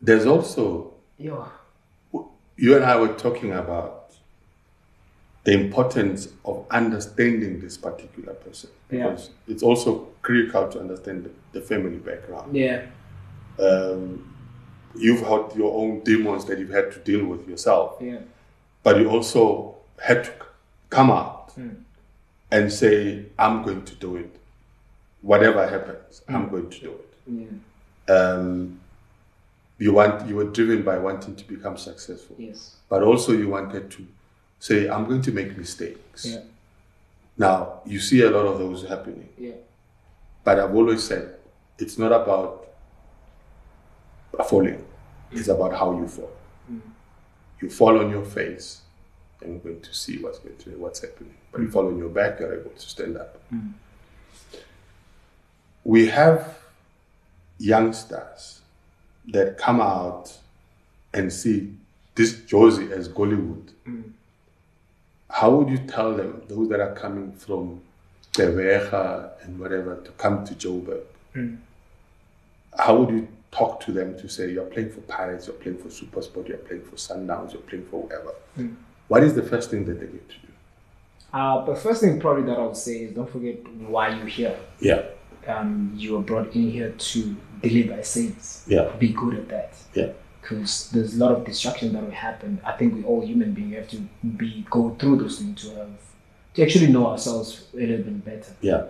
There's also,
yeah,
you and I were talking about the importance of understanding this particular person.
Yeah.
Because it's also critical to understand the, the family background.
yeah,
Um, you've had your own demons that you've had to deal with yourself.
yeah,
but you also had to c- come out and say, I'm going to do it. Whatever happens, I'm going to do it.
yeah,
Um, you want you were driven by wanting to become successful,
yes,
but also you wanted to say, I'm going to make mistakes.
yeah,
Now you see a lot of those happening.
yeah,
But I've always said it's not about falling, it's about how you fall. You fall on your face, then we're going to see what's going to what's happening. But you fall on your back, you're able to stand up. We have youngsters that come out and see this Josie as Gollywood. how would you tell them, those that are coming from Tebeja and whatever, to come to Joburg?
Hmm.
How would you talk to them to say, you're playing for Pirates, you're playing for Supersport, you're playing for Sundowns, you're playing for whoever?
Hmm.
What is the first thing that they need to do?
Uh, but first thing probably that I would say is don't forget why you're here.
Yeah,
Um, you were brought in here to deliver a service.
yeah,
Be good at that.
yeah,
because there's a lot of distraction that will happen. I think we all human beings have to be go through those things to have to actually know ourselves a little bit better.
yeah,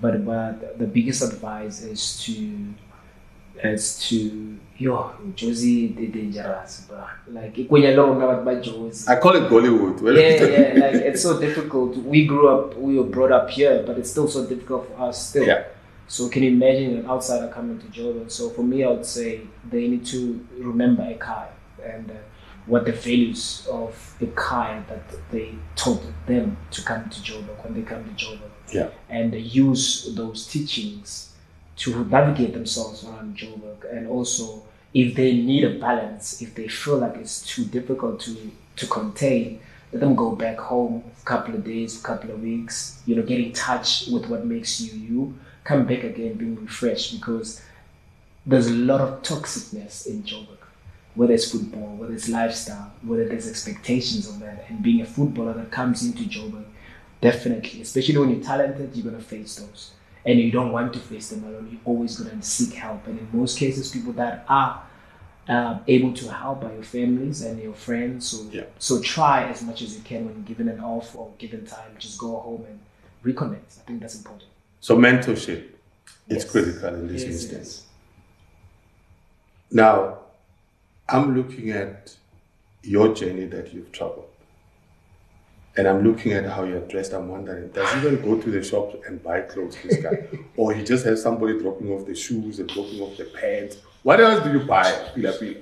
But but the biggest advice is to is to yo Josie the dangerous, bruh. Like when you're not about Josie.
I call it Bollywood. Well,
Yeah, yeah, like it's so difficult. We grew up, we were brought up here, but it's still so difficult for us still.
Yeah.
So can you imagine an outsider coming to Jordan? So for me, I would say they need to remember Ekai and uh, what the values of Ekai that they taught them to come to Jordan when they come to Jordan,
Yeah.
and use those teachings to navigate themselves around Joburg and also if they need a balance, if they feel like it's too difficult to, to contain, let them go back home a couple of days, a couple of weeks, you know, get in touch with what makes you you, come back again being refreshed because there's a lot of toxicness in Joburg, whether it's football, whether it's lifestyle, whether there's expectations of that. And being a footballer that comes into Joburg, definitely, especially when you're talented, you're going to face those. And you don't want to face them alone. You're always going to seek help. And in most cases, people that are um, able to help are your families and your friends. So,
Yeah.
so try as much as you can when given an off or given time, just go home and reconnect. I think that's important.
So mentorship is
Yes.
critical in this
Yes, it
instance.
is.
Now, I'm looking at your journey that you've traveled. And I'm looking at how you're dressed. I'm wondering, does he even go to the shop and buy clothes, this guy? or he just has somebody dropping off the shoes and dropping off the pants? What else do you buy, Pila Pila?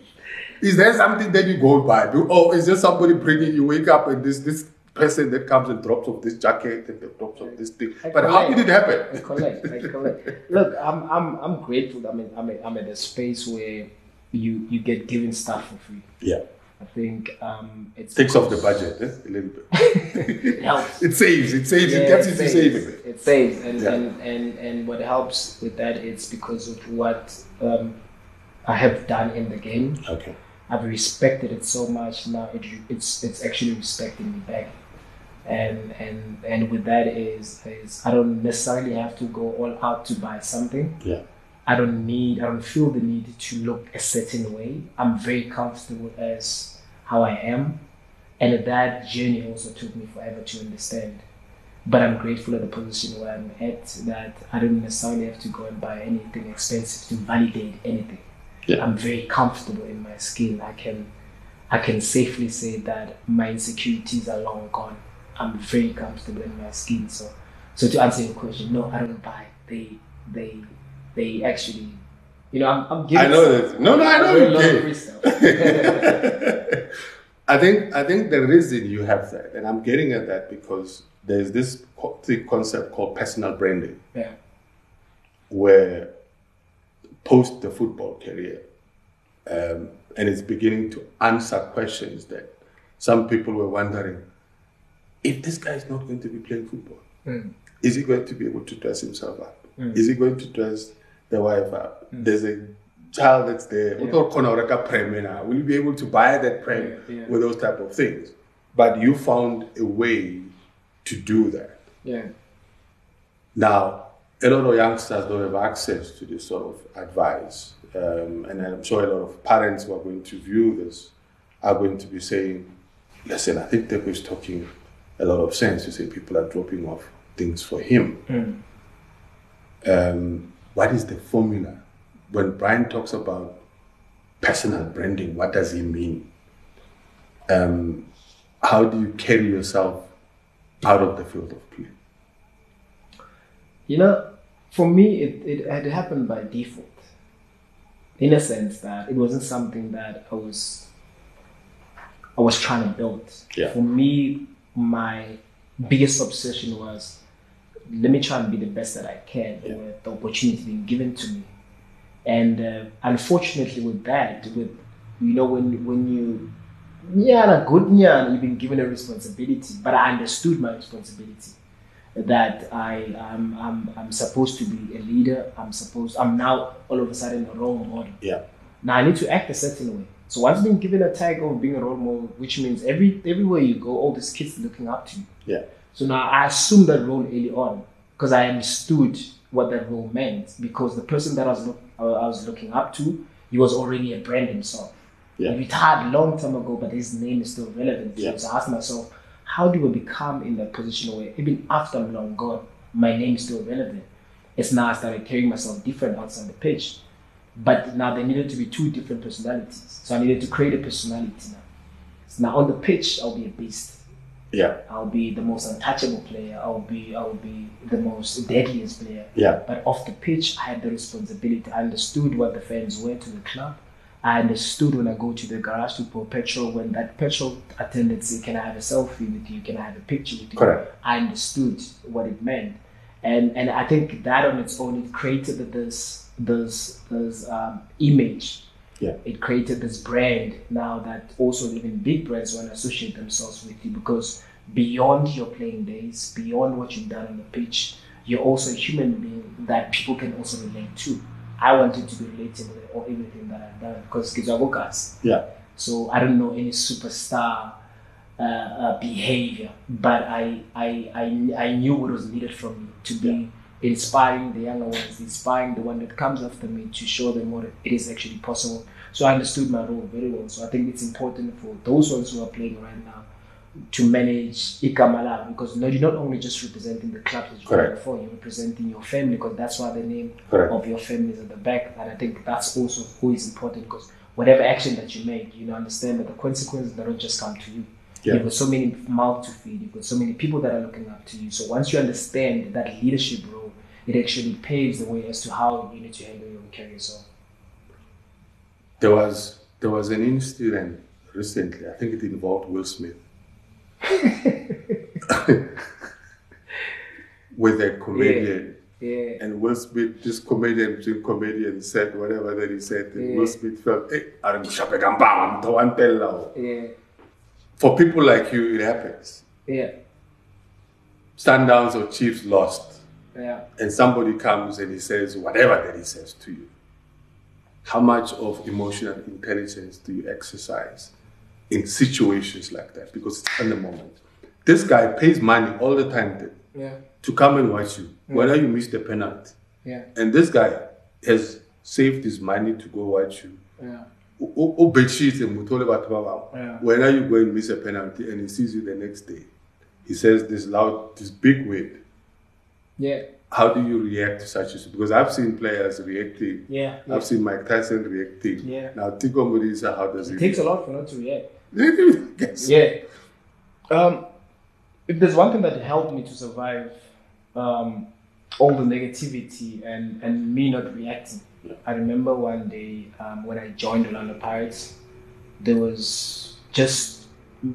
Is there something that you go buy? Do, or is there somebody bringing you wake up and this this person that comes and drops off this jacket and that drops off this thing?
I
But how
collect.
did it
I
happen?
collect. I collect. Look, I'm I'm I'm grateful. I mean, I'm at, I'm at a space where you you get given stuff for free.
Yeah.
I think um, it's
Takes off the budget eh, a little bit.
It helps.
It saves, it saves, it
Yeah,
gets into saving.
It saves, and,
Yeah.
and, and, and what helps with that is because of what um, I have done in the game.
Okay.
I've respected it so much now. It, it's it's actually respecting me back, and and and with that is is I don't necessarily have to go all out to buy something.
Yeah.
I don't need. I don't feel the need to look a certain way. I'm very comfortable as how I am, and that journey also took me forever to understand. But I'm grateful at the position where I'm at that I don't necessarily have to go and buy anything expensive to validate anything.
Yeah.
I'm very comfortable in my skin. I can I can safely say that my insecurities are long gone. I'm very comfortable in my skin. So so to answer your question, no, I don't buy. They they they actually you know I'm, I'm giving
I know that. No, no, I know
a
you
lot of
get
free
it.
stuff.
I think I think the reason you have that, and I'm getting at that because there's this co- thing- concept called personal branding,
yeah.
where post the football career, um, and it's beginning to answer questions that some people were wondering: if this guy is not going to be playing football,
Hmm.
is he going to be able to dress himself up? Is he going to dress the wife up?
Hmm.
There's a child that's there. Uto khona o reka pram ena. Will you be able to buy that pram
Yeah, yeah.
with those type of things? But you found a way to do that.
Yeah.
Now, a lot of youngsters don't have access to this sort of advice. Um, and I'm sure a lot of parents who are going to view this are going to be saying, listen, I think Deco is talking a lot of sense. You say people are dropping off things for him. Um, what is the formula? When Brian talks about personal branding, what does he mean? Um, how do you carry yourself out of the field of play?
You know, for me, it, it had happened by default, in a sense that it wasn't something that I was I was trying to build.
Yeah.
For me, my biggest obsession was let me try and be the best that I can with the opportunity being given to me. And uh, unfortunately, with that, with you know, when when you Nyana, good nyana, you've been given a responsibility, but I understood my responsibility that I am I'm, I'm, I'm supposed to be a leader. I'm supposed I'm now all of a sudden a role model.
Yeah.
Now I need to act a certain way. So once being given a tag of being a role model, which means every everywhere you go, all these kids looking up to you.
Yeah.
So now I assumed that role early on because I understood what that role meant because the person that I was look, uh, I was looking up to, he was already a brand himself.
Yeah.
He retired long time ago, but his name is still relevant. to
Yeah.
him. So I asked myself, how do I become in that position where even after I'm long gone, my name is still relevant? It's now I started carrying myself different outside the pitch. But now there needed to be two different personalities. So I needed to create a personality now. So now on the pitch, I'll be a beast.
Yeah.
I'll be the most untouchable player. I'll be I'll be the most deadliest player.
Yeah.
But off the pitch, I had the responsibility. I understood what the fans were to the club. I understood when I go to the garage to pour petrol, when that petrol attendant say, "Can I have a selfie with you? Can I have a picture with you?"
Correct.
I understood what it meant, and and I think that on its own it created this this this um, image
Yeah.
it created this brand now that also even big brands want to associate themselves with you because beyond your playing days, beyond what you've done on the pitch, you're also a human being that people can also relate to. I wanted to be relatable or everything that I've done because kids are workers.
Yeah.
So I don't know any superstar uh, uh, behavior, but I, I I I knew what was needed from me to be inspiring the younger ones, inspiring the one that comes after me to show them what it is actually possible. So I understood my role very well. So I think it's important for those ones who are playing right now to manage Ikamala because no, you're not only just representing the club that you're
Correct.
playing for, you're representing your family because that's why the name
Correct.
of your family is at the back. And I think that's also who is important because whatever action that you make, you know, understand that the consequences they don't just come to you.
Yeah.
You've got so many mouths to feed, you've got so many people that are looking up to you. So once you understand that leadership role, it actually paves the way as to how you need to handle your carry yourself.
There was there was an incident recently. I think it involved Will Smith with a comedian.
Yeah.
And Will Smith, this comedian, between comedian, said whatever that he said. And
Yeah.
Will Smith felt, hey, I'm Shapegamba, I'm Tawantella."
Yeah.
For people like you, it happens.
Yeah.
Stand downs or Chiefs lost.
Yeah.
and somebody comes and he says whatever that he says to you, how much of emotional intelligence do you exercise in situations like that? Because it's in the moment. This guy pays money all the time to,
Yeah.
to come and watch you, whether you miss the penalty.
Yeah.
And this guy has saved his money to go watch you.
Yeah.
U- u- u- bedsheets and muthole batho ba bang.
Yeah.
Whether you go and miss a penalty and he sees you the next day, he says this loud, this big word
Yeah.
how do you react to such issues? Because I've seen players reacting.
Yeah.
I've seen Mike Tyson reacting.
Yeah.
Now Tiko Murisa, how does he
It takes a lot for not to react.
react? Yes.
Yeah. Um, if there's one thing that helped me to survive um, all the negativity and, and me not reacting, I remember one day um, when I joined Orlando Pirates, there was just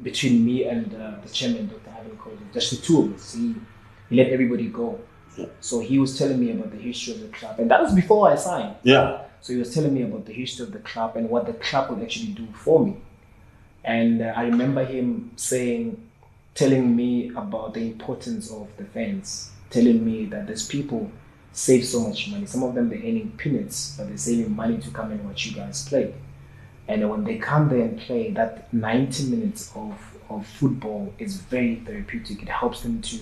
between me and uh, the chairman, Dr. Ivan Cole, just the two of us. He, he let everybody go.
Yeah.
So he was telling me about the history of the club, and that was before I signed.
Yeah.
So he was telling me about the history of the club and what the club would actually do for me. And uh, I remember him saying, telling me about the importance of the fans, telling me that these people save so much money. Some of them they're earning peanuts, but they're saving money to come and watch you guys play. And when they come there and play, that 90 minutes of, of football is very therapeutic. It helps them to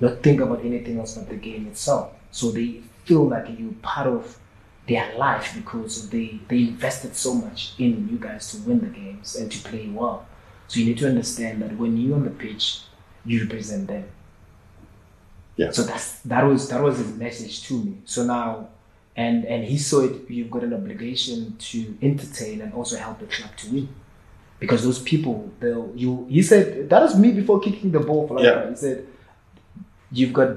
not think about anything else but the game itself. So they feel like you're part of their life because they, they invested so much in you guys to win the games and to play well. So you need to understand that when you're on the pitch, you represent them.
Yeah.
So that's that was that was his message to me. So now, and and he saw it. You've got an obligation to entertain and also help the club to win, because those people, they'll you. He said that was me before kicking the ball for like
Yeah.
He said, you've got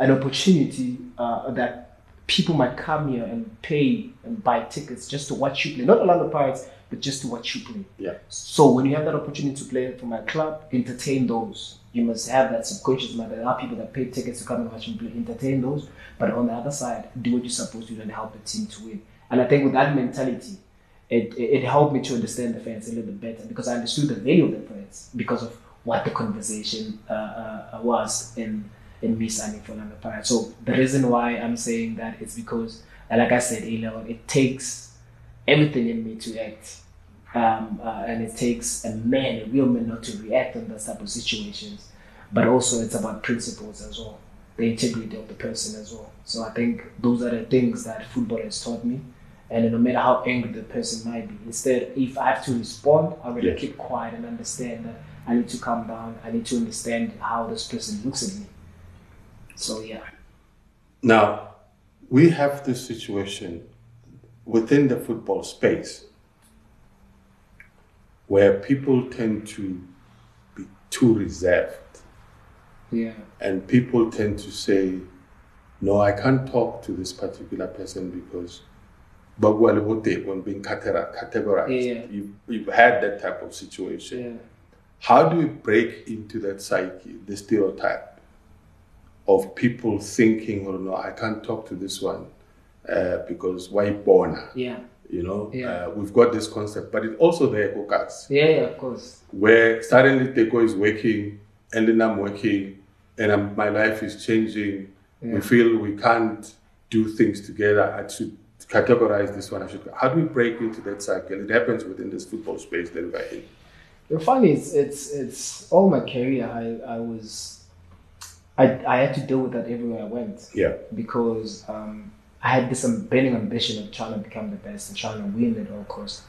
an opportunity uh, that people might come here and pay and buy tickets just to watch you play. Not Orlando Pirates, but just to watch you play.
Yeah.
So when you have that opportunity to play for my club, entertain those. You must have that subconscious mind. that There are people that pay tickets to come and watch and play. Entertain those, but on the other side, do what you're supposed to do and help the team to win. And I think with that mentality, it, it, it helped me to understand the fans a little bit better because I understood the value of the fans because of what the conversation uh, uh, was in in me signing for Orlando Pirates. So the reason why I'm saying that is because, uh, like I said, A level it takes everything in me to act, um, uh, and it takes a man, a real man, not to react in those type of situations. But also, it's about principles as well, the integrity of the person as well. So I think those are the things that football has taught me. And no matter how angry the person might be, instead, if I have to respond, I will
Yes.
keep quiet and understand that I need to calm down. I need to understand how this person looks at me. So yeah,
Now, we have this situation within the football space where people tend to be too reserved
yeah,
and people tend to say, no, I can't talk to this particular person because but well, what they when being catera- categorized,
Yeah.
you, you've had that type of situation.
yeah.
How do we break into that psyche, the stereotype of people thinking, oh no, I can't talk to this one uh, because why bona?
Yeah,
You know,
Yeah.
uh, we've got this concept, but it also there hookahs
yeah, yeah, of course.
where suddenly Teko is working and then I'm working and I'm, my life is changing. We feel we can't do things together. I should categorize this one. I should. How do we break into that cycle? It happens within this football space that we're in.
The funny is, it's it's all my career. I I was, I I had to deal with that everywhere I went
Yeah.
because um, I had this um, burning ambition of trying to become the best and trying to win at all costs.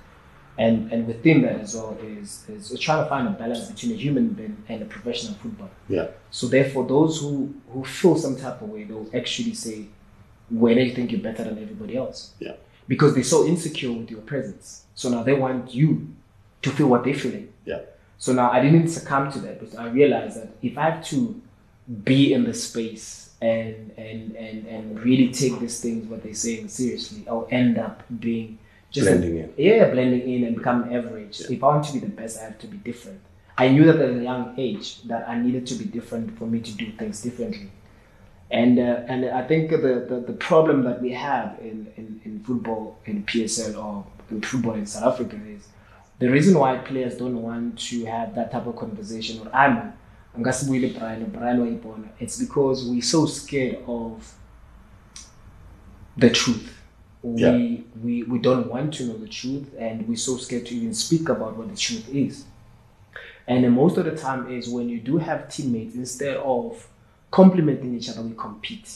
And and within that as well is is trying to find a balance between a human being and a professional footballer.
Yeah.
So therefore, those who who feel some type of way, they'll actually say, "Where do you think you're better than everybody else?"
Yeah.
Because they're so insecure with your presence. So now they want you to feel what they're feeling.
Yeah.
So now I didn't succumb to that, but I realized that if I have to be in the space and and and and really take these things what they're saying seriously, I'll end up being just a-
Blending in.
yeah, blending in and become average. If I want to be the best, I have to be different. I knew that at a young age that I needed to be different for me to do things differently. And uh, and I think the, the, the problem that we have in, in, in football in PSL or in football in South Africa is the reason why players don't want to have that type of conversation or I'm Ngasibuile Brian or Brian Waibona, it's because we're so scared of the truth. We,
Yeah.
we we don't want to know the truth and we're so scared to even speak about what the truth is. And then most of the time is when you do have teammates, instead of complimenting each other, we compete.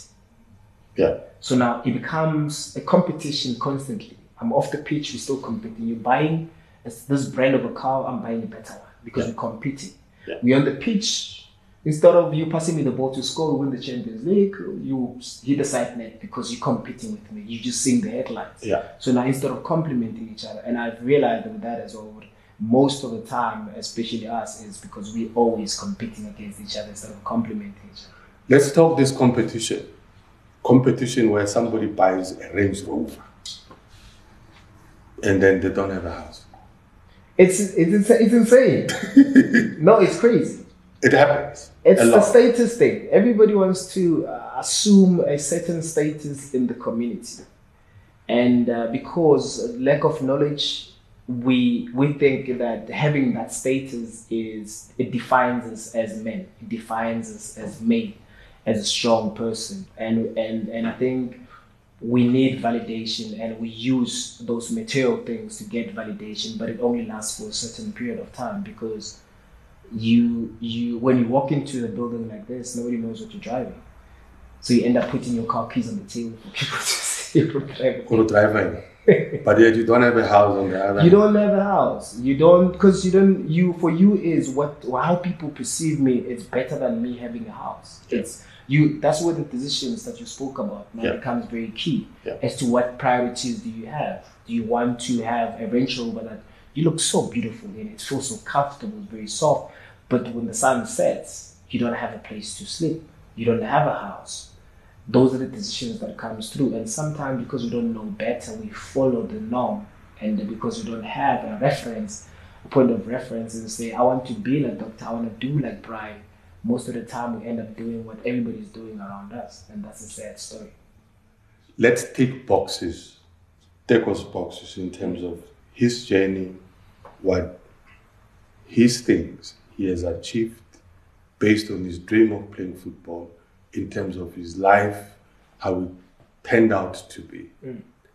Yeah.
So now it becomes a competition constantly. I'm off the pitch, we're still competing. You're buying this, this brand of a car, I'm buying a better one because we're competing.
Yeah.
We're on the pitch. Instead of you passing me the ball to score, we win the Champions League, you hit the side net because you're competing with me. You're just seeing the headlines.
Yeah.
So now instead of complimenting each other, and I've realized with that as well, what most of the time, especially us, is because we're always competing against each other instead of complimenting each other.
Let's talk this competition. Competition where somebody buys a Range Rover and then they don't have a house.
It's it's insa- it's insane. no, it's crazy.
It happens.
It's
a
the
lot.
status thing. Everybody wants to uh, assume a certain status in the community, and uh, because lack of knowledge, we we think that having that status is it defines us as men. It defines us as male, as a strong person, and and and I think we need validation and we use those material things to get validation but it only lasts for a certain period of time because you you when you walk into a building like this, nobody knows what you're driving. So you end up putting your car keys on the table for people to see you drive.
Or a driver. but yet you don't have a house on the other.
You don't have a house. You don't because you don't you for you is what how people perceive me is better than me having a house.
Yeah.
It's you that's where the decisions that you spoke about now
Yeah.
becomes very key
Yeah.
as to what priorities do you have. Do you want to have a Range Rover that you look so beautiful in? It feels so comfortable, very soft. But when the sun sets, you don't have a place to sleep. You don't have a house. Those are the decisions that comes through. And sometimes because we don't know better, we follow the norm. And because we don't have a reference, a point of reference, and say, I want to be like Doctor, I want to do like Brian. Most of the time, we end up doing what everybody's doing around us. And that's a sad story.
Let's tick boxes, Teko's boxes in terms of his journey, what he thinks he has achieved based on his dream of playing football in terms of his life, how it turned out to be.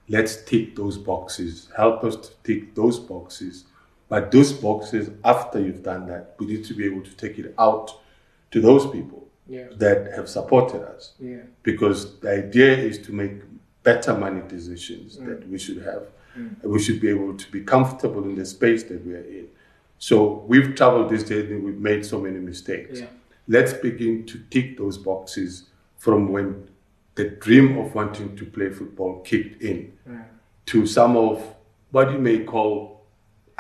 Let's tick those boxes. Help us to tick those boxes. But those boxes, after you've done that, we need to be able to take it out to those people
Yeah.
that have supported us
Yeah.
because the idea is to make better money decisions that we should have. And we should be able to be comfortable in the space that we are in. So we've traveled this journey, we've made so many mistakes.
Yeah.
Let's begin to tick those boxes from when the dream of wanting to play football kicked in
Yeah.
to some of what you may call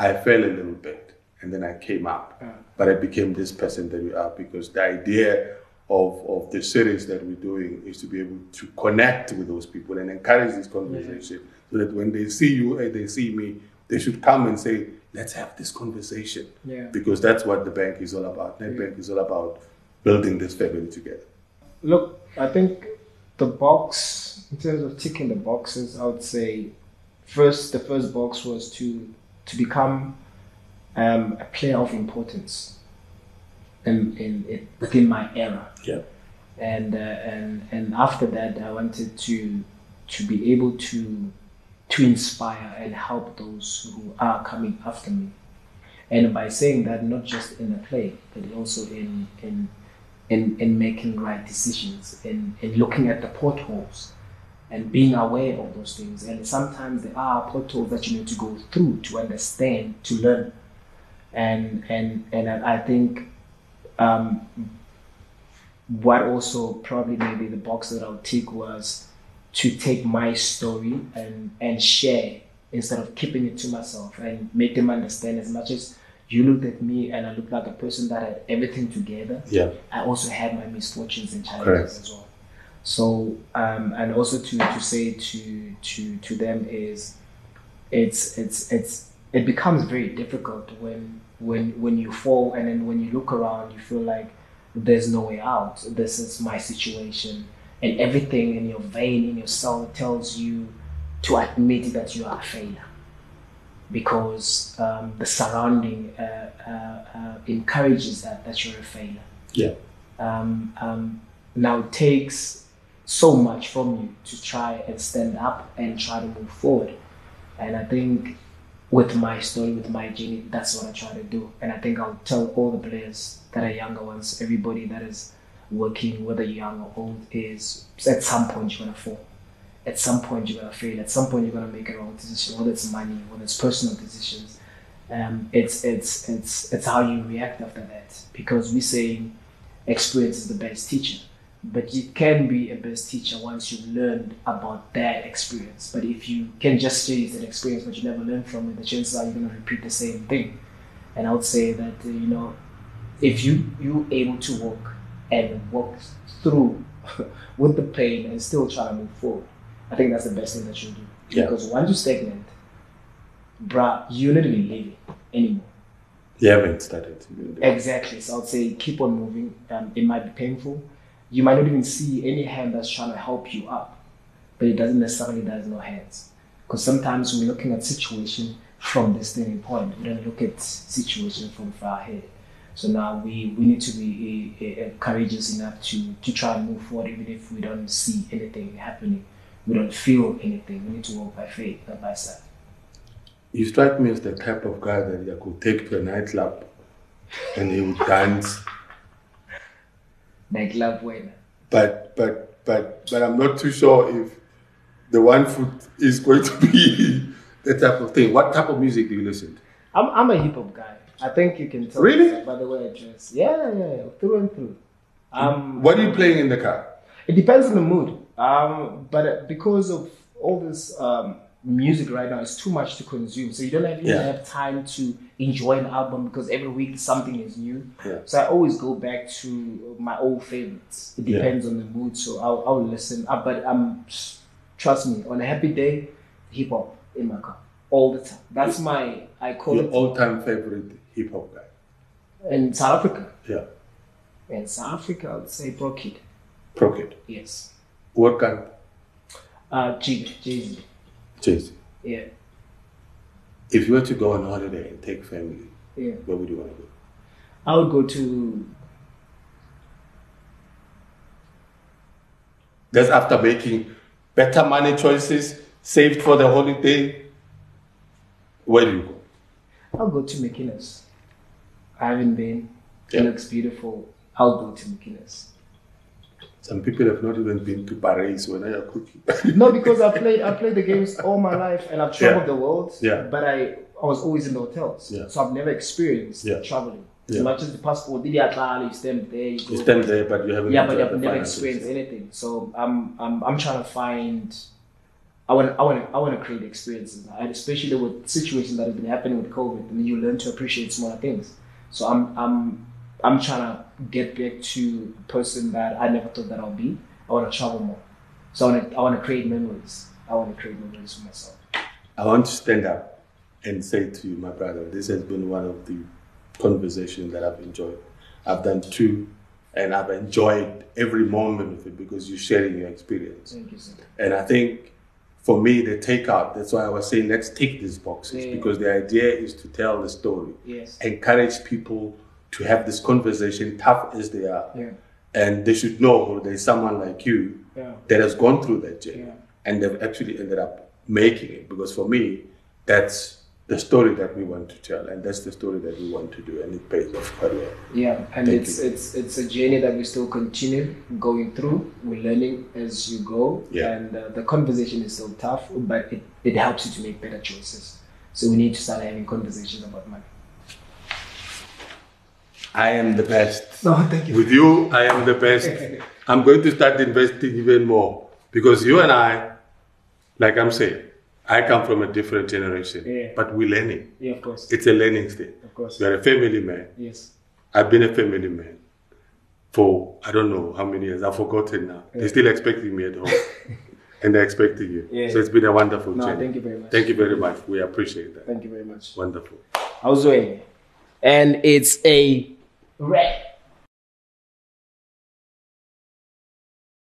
I fell a little bit and then I came up.
Yeah.
But I became this person that we are because the idea of, of the series that we're doing is to be able to connect with those people and encourage this conversation so that when they see you and they see me, they should come and say, Let's have this conversation.
Yeah.
Because that's what the bank is all about. Net bank is all about building this family together.
Look, I think the box in terms of ticking the boxes, I would say first the first box was to to become um, a player of importance in, in, in within my era,
Yeah.
and uh, and and after that, I wanted to to be able to to inspire and help those who are coming after me, and by saying that, not just in the play, but also in in in, in making right decisions, in, in looking at the potholes and being aware of those things. And sometimes there are potholes that you need to go through to understand, to learn. And and and I I think um, what also probably maybe the box that I'll tick was to take my story and and share instead of keeping it to myself and make them understand as much as you looked at me and I looked like a person that had everything together.
Yeah.
I also had my misfortunes and challenges
Correct.
as well. So, um, and also to, to say to, to to them is, it's it's it's it becomes very difficult when when when you fall and then when you look around you feel like there's no way out. This is my situation, and everything in your vein in your soul tells you to admit that you are a failure because um, the surrounding uh, uh, uh, encourages that that you're a failure
Yeah.
um, um, now it takes so much from you to try and stand up and try to move forward. And I think with my story, with my journey, that's what I try to do. And I think I'll tell all the players that are younger ones, everybody that is working, whether you're young or old, is at some point you're gonna fall. At some point you're gonna fail. At some point you're gonna make a wrong decision, whether it's money, whether it's personal decisions. Um, it's it's it's it's how you react after that. Because we saying experience is the best teacher. But you can be a best teacher once you've learned about that experience. But if you can just say it's an experience but you never learn from it, the chances are you're going to repeat the same thing. And I would say that, uh, you know, if you you able to walk and walk through with the pain and still try to move forward, I think that's the best thing that you do.
Yeah.
Because once you stagnant, bruh, you're not really living anymore.
You haven't started.
Exactly. So I'd say keep on moving. Um, it might be painful. You might not even see any hand that's trying to help you up, but it doesn't necessarily there's no hands. Because sometimes we're looking at situation from the standing point. We don't look at situation from far ahead. So now we, we need to be eh, eh, courageous enough to, to try and move forward, even if we don't see anything happening, we don't feel anything. We need to walk by faith, not by sight.
You strike me as the type of guy that I could take to a nightclub and he would dance.
Like love, when
But but but but I'm not too sure if the one foot is going to be the type of thing. What type of music do you listen to?
I'm, I'm a hip hop guy. I think you can tell
Really?
by the way I dress. Yeah, yeah, yeah, through and through. Um,
What are you playing in the car?
it depends on the mood. Um, but uh, because of all this um, music right now, it's too much to consume. So you don't have, even
Yeah.
have time to enjoy an album because every week something is new.
Yeah.
So I always go back to my old favorites. It
Yeah.
depends on the mood. So I'll, I'll listen. Uh, but um, trust me, on a happy day, hip hop in my car all the time. That's my I call
Your
it
all time favorite hip hop guy.
in South Africa.
Yeah.
In South Africa, I would say Bro Kid.
Pro Kid.
Yes.
What kind?
Uh, Jig, Jay-Z.
Jay Z.
Yeah.
If you were to go on holiday and take family,
Yeah.
where would you want to go?
I would go to
That's after making better money choices, saved for the holiday. Where do you go?
I'll go to McInnes. I haven't been. It
Yeah.
looks beautiful. I'll go to McInnes.
Some people have not even been to Paris when I are cooking.
No, because I played I played the games all my life and I've traveled the world.
Yeah.
But I, I was always in the hotels.
Yeah.
So I've never experienced
Yeah.
traveling.
Yeah.
As much as the passport, did you apply, you stand there, you go.
you stand there, but you haven't.
yeah, but
enjoyed
I've
the
never
finances.
experienced anything. So I'm I'm I'm trying to find I want I want I want to create experiences, and especially with situations that have been happening with COVID, and you learn to appreciate smaller things. So I'm I'm I'm trying to get back to a person that I never thought that I'll be. I want to travel more, so I want to, I want to create memories. I want to create memories for myself.
I want to stand up and say to you, my brother, this has been one of the conversations that I've enjoyed. I've done two, and I've enjoyed every moment of it because you're sharing your experience.
Thank you, sir.
And I think for me, the takeout, that's why I was saying, let's take these boxes
Yeah.
because the idea is to tell the story,
Yes.
encourage people to have this conversation, tough as they are.
Yeah.
And they should know there's someone like you
Yeah.
that has gone through that journey
Yeah.
and they've actually ended up making it. Because for me, that's the story that we want to tell, and that's the story that we want to do, and it pays off quite well.
Yeah, and
Thank
it's it's it's a journey that we still continue going through. We're learning as you go,
Yeah.
and uh, the conversation is still tough, but it, it helps you to make better choices. So we need to start having conversations about money.
I am the best.
No, thank
With you, I am the best. I'm going to start investing even more because you and I, like I'm saying, I come from a different generation,
Yeah.
but we're learning.
Yeah, of course,
It's a learning stage.
of course.
You're a family man.
Yes,
I've been a family man for I don't know how many years. I've forgotten now. They're still expecting me at home, and they're expecting you.
Yeah.
So it's been a wonderful
No,
journey.
thank you very much.
Thank you very much. We appreciate that.
thank you very much.
Wonderful.
How's doing? And it's a wrap.